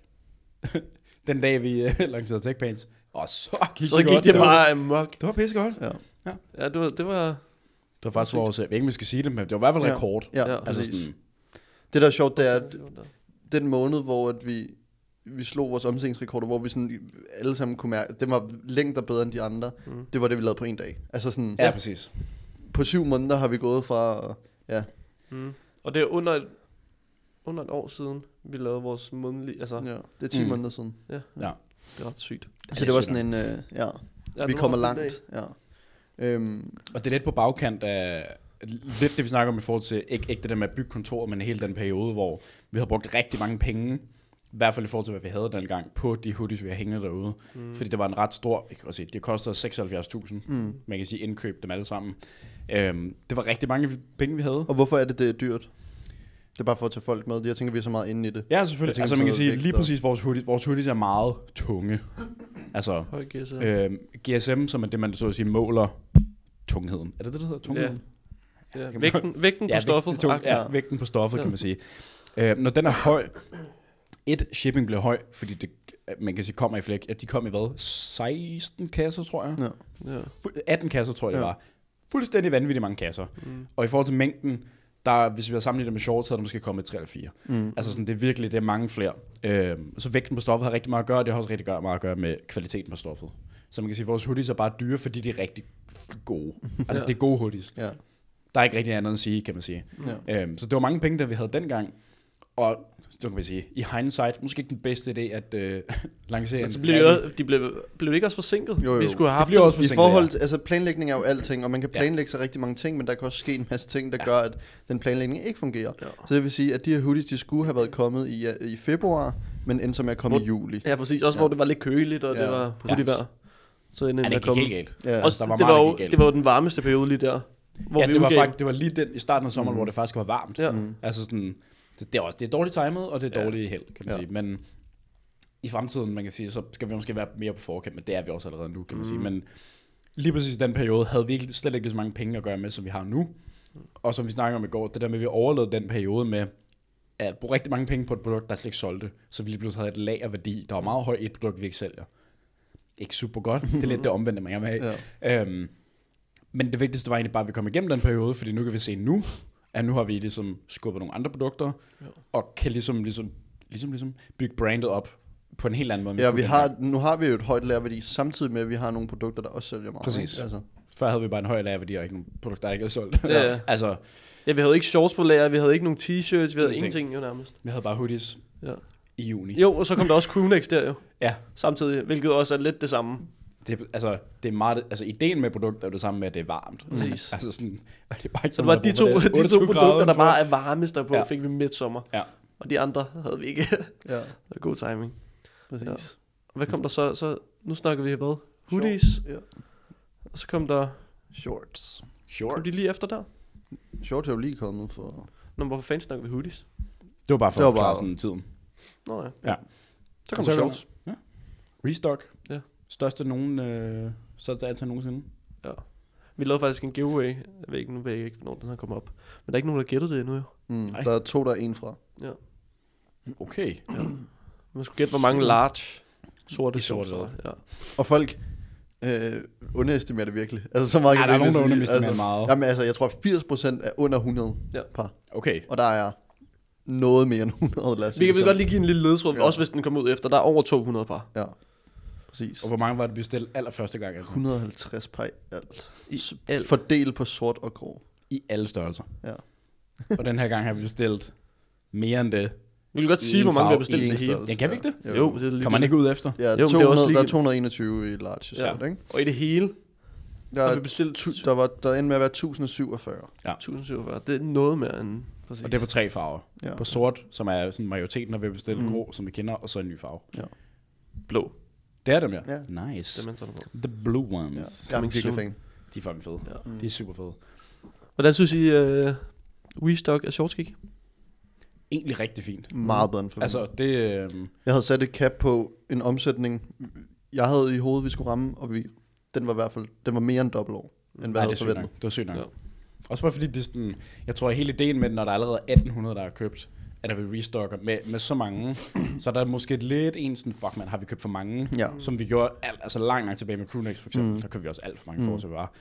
Speaker 2: (laughs) den dag, vi øh, (laughs) lancerede TechPants. Og så gik
Speaker 3: Så
Speaker 2: det
Speaker 3: gik
Speaker 2: godt.
Speaker 3: det
Speaker 2: var-
Speaker 3: bare amok.
Speaker 2: Det var pissegodt.
Speaker 1: Ja,
Speaker 3: Ja, det var, det var
Speaker 2: Det var faktisk vores... øh, Jeg ved ikke, om vi skal sige det, men det var i hvert fald
Speaker 1: Ja.
Speaker 2: rekord.
Speaker 1: ja,
Speaker 3: Ja.
Speaker 1: ja.
Speaker 2: Altså
Speaker 1: præcis.
Speaker 2: sådan,
Speaker 1: Det, der er sjovt, det er, at den måned, hvor at vi, vi slog vores omsætningsrekorder, hvor vi sådan alle sammen kunne mærke, det var længder bedre end de andre,
Speaker 3: Mm.
Speaker 1: mm. det var det, vi lavede på en dag. Altså sådan,
Speaker 2: ja,
Speaker 1: ja.
Speaker 2: præcis.
Speaker 1: på syv måneder har vi gået fra,
Speaker 3: Mm. Og det er under et, under et år siden, vi lavede vores månedlige, altså, ja.
Speaker 1: ja, det er 10
Speaker 2: Mm.
Speaker 1: mm. måneder siden.
Speaker 3: det er ret sygt.
Speaker 1: Så det var sådan en, øh, ja,
Speaker 3: Ja,
Speaker 1: vi
Speaker 3: det var
Speaker 1: kommer
Speaker 3: en
Speaker 1: langt.
Speaker 3: dag.
Speaker 1: Ja. Øhm,
Speaker 2: Og det er lidt på bagkant af lidt det, vi snakker om i forhold til, ikke, ikke det der med at bygge kontor, men hele den periode, hvor vi havde brugt rigtig mange penge, i hvert fald i forhold til, hvad vi havde dengang, på de hoodies, vi har hængende derude. Mm. Fordi det var en ret stor, vi kan godt se, det kostede 76.000,
Speaker 1: mm.
Speaker 2: man kan sige indkøb dem alle sammen. Øhm, det var rigtig mange penge, vi havde.
Speaker 1: Og hvorfor er det, det er dyrt? Det er bare for at tage folk med. Jeg tænker, vi er så meget inde i det.
Speaker 2: Ja,
Speaker 1: Jeg
Speaker 2: selvfølgelig.
Speaker 1: tænker
Speaker 2: Altså man kan
Speaker 1: på
Speaker 2: sige,
Speaker 1: vægt
Speaker 2: lige
Speaker 1: og-
Speaker 2: præcis vores hoodies, vores hoodies er meget tunge. Altså,
Speaker 3: Høj gear, så.
Speaker 2: øhm, GSM, som er det, man så at sige måler tungheden. Er det det, der hedder tungheden?
Speaker 3: Ja. Ja,
Speaker 2: kan man- (laughs)
Speaker 3: vægten, vægten på
Speaker 2: vægten-
Speaker 3: stoffet.
Speaker 2: tung-
Speaker 3: agtigt.
Speaker 2: ja, vægten på stoffet,
Speaker 3: Ja.
Speaker 2: kan man sige. Øh, når den er høj, et, shipping blev høj, fordi det, man kan sige, kommer i flere, ja, de kom i hvad, 16 kasser, tror jeg?
Speaker 1: Ja.
Speaker 3: ja.
Speaker 2: Fu- 18 kasser, tror jeg, det
Speaker 1: Ja.
Speaker 2: var. Fuldstændig vanvittigt mange kasser.
Speaker 3: Mm.
Speaker 2: Og i forhold til mængden, der, hvis vi har sammenlignet det med shorts, havde der måske kommet 3 eller 4.
Speaker 1: Mm.
Speaker 2: Altså sådan, det er virkelig, det er mange flere. Øh, så vægten på stoffet har rigtig meget at gøre, og det har også rigtig gør- meget at gøre med kvaliteten på stoffet. Så man kan sige, at vores hoodies er bare dyre, fordi de er rigtig gode. Altså,
Speaker 3: Ja.
Speaker 2: det er gode hoodies.
Speaker 1: Ja.
Speaker 2: Der er ikke rigtig andet at sige, kan man sige.
Speaker 1: ja.
Speaker 2: Øhm, så det var mange penge, der vi havde dengang. Og så kan man sige, i hindsight, måske ikke den bedste idé at øh, (laughs) lancere
Speaker 3: Men så
Speaker 2: en
Speaker 3: blev de,
Speaker 2: rigtig-
Speaker 3: også, de blev, blev ikke også forsinket?
Speaker 1: Jo, jo.
Speaker 3: Vi skulle have
Speaker 2: Det
Speaker 3: haft
Speaker 2: bliver
Speaker 3: dem.
Speaker 2: også
Speaker 1: I
Speaker 2: forsinket.
Speaker 1: forhold
Speaker 2: ja.
Speaker 1: til, altså planlægning er jo alting, og man kan
Speaker 2: Ja.
Speaker 1: planlægge sig rigtig mange ting, men der kan også ske en masse ting, der
Speaker 2: Ja.
Speaker 1: gør, at den planlægning ikke fungerer.
Speaker 3: Ja.
Speaker 1: Så det vil sige, at de her hoodies, de skulle have været kommet i, øh, i februar, men endte som er kommet i
Speaker 3: Hvor-
Speaker 1: juli.
Speaker 3: Ja, præcis. Også ja.
Speaker 1: Ja.
Speaker 3: hvor det var lidt køligt, og ja.
Speaker 1: Ja.
Speaker 3: det var hurtigt ja.
Speaker 2: Ja.
Speaker 3: vejr. Så endte
Speaker 2: Ja,
Speaker 3: ja,
Speaker 2: det
Speaker 3: at
Speaker 2: gik
Speaker 3: komme.
Speaker 2: helt galt. Altså,
Speaker 1: Ja,
Speaker 3: Også,
Speaker 2: der var
Speaker 3: det,
Speaker 2: meget,
Speaker 3: var
Speaker 2: der
Speaker 3: jo,
Speaker 2: gik galt.
Speaker 3: det var jo den varmeste periode lige der. Hvor
Speaker 2: ja,
Speaker 3: vi
Speaker 2: det var,
Speaker 3: udgav-
Speaker 2: faktisk, det var lige den, i starten af sommeren, mm. hvor det faktisk var varmt.
Speaker 3: Ja.
Speaker 1: Mm.
Speaker 2: Altså sådan, det, det, er også, det er dårligt timet, og det er
Speaker 3: Ja.
Speaker 2: dårligt held, kan man
Speaker 1: Ja.
Speaker 2: sige. Men i fremtiden, man kan sige, så skal vi måske være mere på forkant, men det er vi også allerede nu, kan man sige. Men lige præcis i den periode havde vi ikke, slet ikke lige så mange penge at gøre med, som vi har nu. Og som vi snakker om i går, det der med, at vi overlevede den periode med at bruge rigtig mange penge på et produkt, der slet ikke solgte. Så vi lige pludselig havde et lag af værdi, der var meget højt i et produkt, vi ikke sælger. Ikke super godt. Det er lidt det omvendte, man gerne vil have.
Speaker 1: Ja.
Speaker 2: Øhm, men det vigtigste var egentlig bare, at vi kom igennem den periode, fordi nu kan vi se nu, at nu har vi ligesom skubbet nogle andre produkter,
Speaker 3: Jo.
Speaker 2: jo. og kan ligesom, ligesom, ligesom, ligesom bygge brandet op på en helt anden måde. end
Speaker 1: Ja,
Speaker 2: kunne
Speaker 1: vi
Speaker 2: dengang.
Speaker 1: har, nu har vi jo et højt lærværdi, samtidig med, at vi har nogle produkter, der også sælger meget.
Speaker 2: Præcis.
Speaker 1: ikke? Altså,
Speaker 2: Før havde vi bare en høj lager, fordi der ikke nogen produkter, der ikke er solgt.
Speaker 3: Ja, ja.
Speaker 2: (laughs) altså,
Speaker 3: Ja, vi havde ikke shorts på lager, vi havde ikke nogen t-shirts, vi havde
Speaker 2: Ingenting.
Speaker 3: ingenting jo nærmest.
Speaker 2: vi havde bare hoodies
Speaker 3: Ja.
Speaker 2: i juni.
Speaker 3: Jo, og så kom der også Crewnex der jo,
Speaker 2: Ja,
Speaker 3: samtidig, hvilket også er lidt det samme.
Speaker 2: det, er- altså, det er meget, altså, ideen med produktet er jo det samme med, at det er varmt. (laughs)
Speaker 3: Præcis.
Speaker 2: altså sådan, og det er bare ikke
Speaker 3: Så det var
Speaker 2: nogen,
Speaker 3: de
Speaker 2: der
Speaker 3: to,
Speaker 2: bruger det.
Speaker 3: (laughs) de to
Speaker 2: 28
Speaker 3: produkter, der
Speaker 2: grader
Speaker 3: bare er varmest derpå, ja.
Speaker 2: Ja.
Speaker 3: fik vi midsommer.
Speaker 2: Ja.
Speaker 3: Og de andre havde vi ikke. (laughs) det
Speaker 1: ja,
Speaker 3: var god timing.
Speaker 1: præcis.
Speaker 3: Ja.
Speaker 1: Ja.
Speaker 3: Hvad kom der så? så nu snakker vi hvad? Hoodies.
Speaker 1: Ja.
Speaker 3: Og så kom der...
Speaker 1: Shorts.
Speaker 2: Shorts.
Speaker 3: Kom de lige efter der?
Speaker 1: Shorts er jo lige kommet for...
Speaker 3: Nå, men hvorfor fanden snakker vi hoodies?
Speaker 2: Det var bare for
Speaker 1: Det
Speaker 2: det
Speaker 1: var
Speaker 2: at forklare
Speaker 1: bare-
Speaker 2: sådan tiden.
Speaker 3: Nå ja.
Speaker 2: Ja.
Speaker 3: Så kom
Speaker 2: Så
Speaker 3: der
Speaker 2: er det-
Speaker 3: shorts.
Speaker 2: Restock.
Speaker 3: Ja.
Speaker 2: Største nogen øh, så til antal nogensinde.
Speaker 3: Vi lavede faktisk en giveaway. Jeg ved ikke, nu ved jeg ikke, hvornår den her kommer op. Men der er ikke nogen, der gættede det endnu jo.
Speaker 1: Mm,
Speaker 2: Ej.
Speaker 1: der er to, der er en fra.
Speaker 2: Okay.
Speaker 3: Man skulle gætte, hvor mange large sorte
Speaker 2: I sorte,
Speaker 3: shorts der var. Ja.
Speaker 1: Og folk øh, underestimerer det virkelig. Altså, så meget
Speaker 2: Ja,
Speaker 1: kan
Speaker 2: der er
Speaker 1: vi
Speaker 2: nogen, der
Speaker 1: næsten lige-
Speaker 2: underestimerer
Speaker 1: altså,
Speaker 2: meget.
Speaker 1: Jamen altså, jeg tror 80% er under 100
Speaker 3: Ja.
Speaker 1: ja. par.
Speaker 2: Okay.
Speaker 1: Og der er noget mere end 100,
Speaker 2: Altså,
Speaker 1: lad os
Speaker 3: Vi
Speaker 1: sige det
Speaker 3: kan vel
Speaker 1: sådan.
Speaker 3: godt lige give en lille ledtråd, ja.
Speaker 1: Ja.
Speaker 3: også hvis den kommer ud efter. Der er over 200 par.
Speaker 1: Ja, præcis.
Speaker 2: Og hvor mange var det bestilt allerførste gang? altså?
Speaker 1: 150 par i alt.
Speaker 3: I alt.
Speaker 1: Fordelt på sort og grå.
Speaker 2: I alle størrelser.
Speaker 1: Ja.
Speaker 2: og den her gang har vi bestilt mere end det.
Speaker 3: Vi vil godt
Speaker 2: I
Speaker 3: sige,
Speaker 2: en
Speaker 3: hvor mange vi
Speaker 2: farve,
Speaker 3: har bestilt
Speaker 1: i en
Speaker 3: det hele.
Speaker 1: størrelse.
Speaker 2: Ja, kan vi ikke det?
Speaker 3: Jo, det er lige
Speaker 2: Kommer man ikke ud efter?
Speaker 1: Ja,
Speaker 3: det er også
Speaker 1: 200, der er
Speaker 3: lige-
Speaker 1: 221 i large
Speaker 3: Ja.
Speaker 1: ja. sort, ikke?
Speaker 3: Og i det hele
Speaker 1: Der,
Speaker 3: har vi
Speaker 1: er,
Speaker 3: bestilt
Speaker 1: tu- der, var, der endte med at være 1047.
Speaker 3: 1047. Det er noget mere end... Præcis.
Speaker 2: Og det er på tre farver.
Speaker 1: Ja.
Speaker 2: På sort, som er sådan majoriteten, der vil bestille
Speaker 1: Mm.
Speaker 2: grå, som vi kender, og så en ny farve.
Speaker 3: blå.
Speaker 2: Det er dem, ja.
Speaker 1: Ja.
Speaker 2: Nice.
Speaker 3: Dem er på.
Speaker 2: The Blue Ones.
Speaker 1: Jeg er
Speaker 3: Coming
Speaker 1: virkelig
Speaker 3: soon.
Speaker 1: fan.
Speaker 2: De er fucking fede.
Speaker 3: Ja.
Speaker 2: De er super fede.
Speaker 3: Hvordan synes I, uh, Westock er shortskick?
Speaker 2: Egentlig rigtig fint.
Speaker 1: Meget bedre end forventet.
Speaker 2: Altså, det... Øh,
Speaker 1: Jeg havde sat et cap på en omsætning, jeg havde i hovedet, vi skulle ramme, og vi, den var i hvert fald den var mere end dobbelt år, end hvad jeg
Speaker 2: det
Speaker 1: havde
Speaker 2: er sygt nok.
Speaker 1: forventet.
Speaker 2: Det var sygt nok.
Speaker 3: Ja.
Speaker 2: Også bare fordi, det er sådan, jeg tror, at hele ideen med, når der er allerede 1800, der er købt, at der vil restocker med, med så mange, så er der måske lidt en sådan, fuck man, har vi købt for mange,
Speaker 1: Ja.
Speaker 2: som vi gjorde alt, altså langt, langt tilbage med Crewnex for eksempel, mm. der købte vi også alt for mange mm. forhold til hvad det var.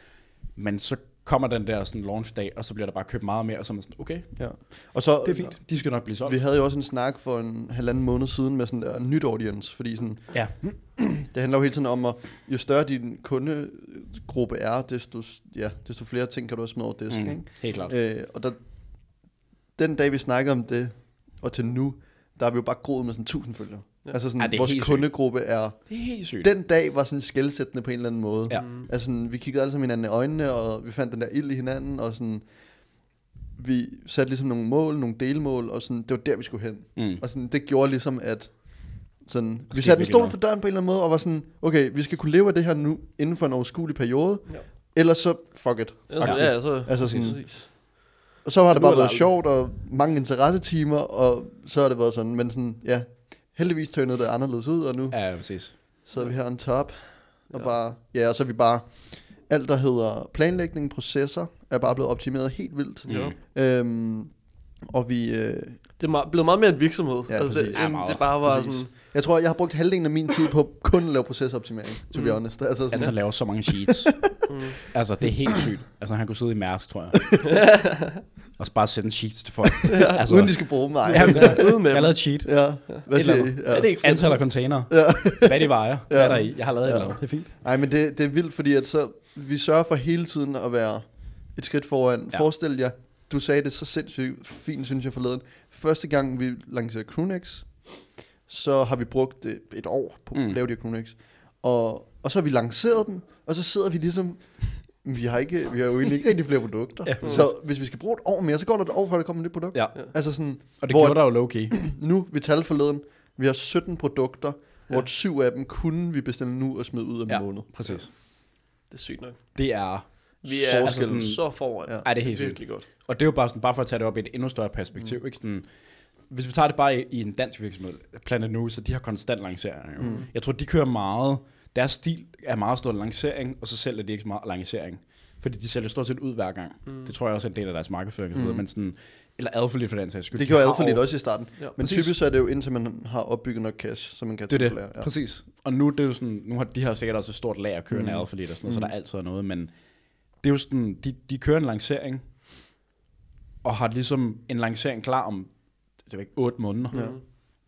Speaker 2: Men så kommer den der sådan launch dag, og så bliver der bare købt meget mere, og så er man sådan, okay,
Speaker 1: Ja. Og så,
Speaker 2: det er fint, de skal nok blive solgt.
Speaker 1: Vi havde jo også en snak for en halvanden måned siden med sådan der nyt audience, fordi sådan,
Speaker 2: Ja,
Speaker 1: det handler jo hele tiden om, at jo større din kundegruppe er, desto, ja, desto flere ting kan du også smide over disken.
Speaker 2: mm, helt klart.
Speaker 1: Ikke? Øh, og der, den dag, vi snakkede om det, og til nu, der er vi jo bare groet med sådan 1000 følgere. Ja. Altså sådan,
Speaker 2: Ja,
Speaker 1: ja,
Speaker 2: det er
Speaker 1: vores
Speaker 2: helt sygt.
Speaker 1: kundegruppe er...
Speaker 2: Det er helt sygt.
Speaker 1: Den dag var sådan skældsættende på en eller anden måde.
Speaker 2: Ja.
Speaker 3: Mm.
Speaker 1: Altså, sådan, vi kiggede alle sammen hinanden i øjnene, og vi fandt den der ild i hinanden, og sådan, vi satte ligesom nogle mål, nogle delmål, og sådan, det var der, vi skulle hen.
Speaker 2: Mm.
Speaker 1: Og sådan, det gjorde ligesom, at sådan, vi
Speaker 2: skete
Speaker 1: satte en
Speaker 2: virkelig
Speaker 1: stol
Speaker 2: noget.
Speaker 1: for døren på en eller anden måde, og var sådan, okay, vi skal kunne leve af det her nu, inden for en overskuelig periode, ja. ellers så fuck it.
Speaker 3: Ja, ja, altså,
Speaker 1: Altså sådan-
Speaker 3: præcis.
Speaker 1: Og så har det
Speaker 3: nu
Speaker 1: bare
Speaker 3: er der
Speaker 1: været
Speaker 3: aldrig-
Speaker 1: sjovt, og mange interessetimer, og så har det været sådan, men sådan, ja, heldigvis tøjnede det anderledes ud, og nu
Speaker 2: Ja, præcis.
Speaker 1: Så er vi her on top. Og
Speaker 3: Ja.
Speaker 1: ja. bare, ja, og så er vi bare, alt der hedder planlægning, processer, er bare blevet optimeret helt vildt.
Speaker 2: Ja.
Speaker 3: Ja.
Speaker 1: Øhm, og vi, øh,
Speaker 3: Det er meget, blevet meget mere en virksomhed.
Speaker 1: Ja,
Speaker 3: altså, det,
Speaker 1: præcis.
Speaker 2: Ja,
Speaker 3: end
Speaker 2: meget.
Speaker 3: det bare var
Speaker 1: Præcis.
Speaker 3: sådan...
Speaker 1: jeg tror, jeg har brugt halvdelen af min tid på kun at lave procesoptimering, to be honest. Altså sådan,
Speaker 2: Altså, han laver så mange sheets. altså, det er helt sygt. Altså, han kunne sidde i Mærsk, tror jeg. og så bare sende sheets til folk. altså,
Speaker 1: altså, uden de skal bruge mig.
Speaker 2: ja, men,
Speaker 3: Ude med
Speaker 2: jeg har
Speaker 3: dem.
Speaker 2: lavet et sheet.
Speaker 1: Ja, hvad
Speaker 2: Et
Speaker 1: siger
Speaker 2: eller
Speaker 1: I?
Speaker 2: andet.
Speaker 1: Ja.
Speaker 3: Er det ikke fedt?
Speaker 2: Antal af container. Ja. Hvad de vejer. Ja. Hvad er der i? Jeg har lavet ja. et eller andet. Det er fint.
Speaker 1: Nej, men det, det er vildt, fordi at så, vi sørger for hele tiden at være et skridt foran.
Speaker 2: Ja.
Speaker 1: Ja. Forestil jer, du sagde det så sindssygt fint, synes jeg forleden. Første gang vi lancerede Croonex, så har vi brugt øh, et år på at
Speaker 2: Mm.
Speaker 1: lave det her Croonex. Og, og så har vi lanceret den, og så sidder vi ligesom, vi har, ikke, vi har jo egentlig ikke rigtig flere produkter.
Speaker 2: (laughs) Ja.
Speaker 1: ja. Så hvis vi skal bruge et år mere, så går der et år, før der kommer et nyt produkt.
Speaker 2: Ja.
Speaker 1: Altså sådan,
Speaker 2: Og det
Speaker 1: Hvor-
Speaker 2: Hvor... gjorde der jo low-key.
Speaker 1: nu, vi talte forleden, vi har 17 produkter, ja. hvor syv af dem kunne vi bestille nu og smide ud om
Speaker 2: Ja,
Speaker 1: en måned.
Speaker 2: præcis.
Speaker 3: Det er sygt nok.
Speaker 2: Det er...
Speaker 3: Vi er altså
Speaker 2: Forskellen.
Speaker 3: sådan, så foran.
Speaker 1: Ja.
Speaker 3: Ja.
Speaker 2: Ej, det er helt sygt.
Speaker 3: Virkelig godt.
Speaker 2: Og det er jo bare, sådan, bare for at tage det op i et endnu større perspektiv. Mm. Ikke? Sådan, hvis vi tager det bare i, i en dansk virksomhed, Planet Nu, så de har konstant lanceringer. Jo. Mm. Jeg tror, de kører meget... Deres stil er meget stor lancering, og så sælger de ikke så meget lancering. Fordi de sælger stort set ud hver gang. Mm. Det tror jeg også er en del af deres markedsføring. Mm. Men sådan, eller adfærdigt for den sags skyld.
Speaker 1: Det
Speaker 2: De har
Speaker 1: gjorde jeg for lidt
Speaker 2: over-
Speaker 1: også i starten.
Speaker 3: Ja,
Speaker 1: Ja, men
Speaker 2: præcis.
Speaker 1: typisk så er det jo indtil man har opbygget nok cash, så man kan
Speaker 2: Det er
Speaker 1: etablere,
Speaker 2: det, ja. præcis. Og nu, det er jo sådan, nu har de har sikkert også et stort lager kørende mm. og sådan noget, mm. så der er altid er noget, men det er jo sådan, de, de kører en lancering, og har ligesom en lancering klar om, det er ikke, 8 måneder. Ja.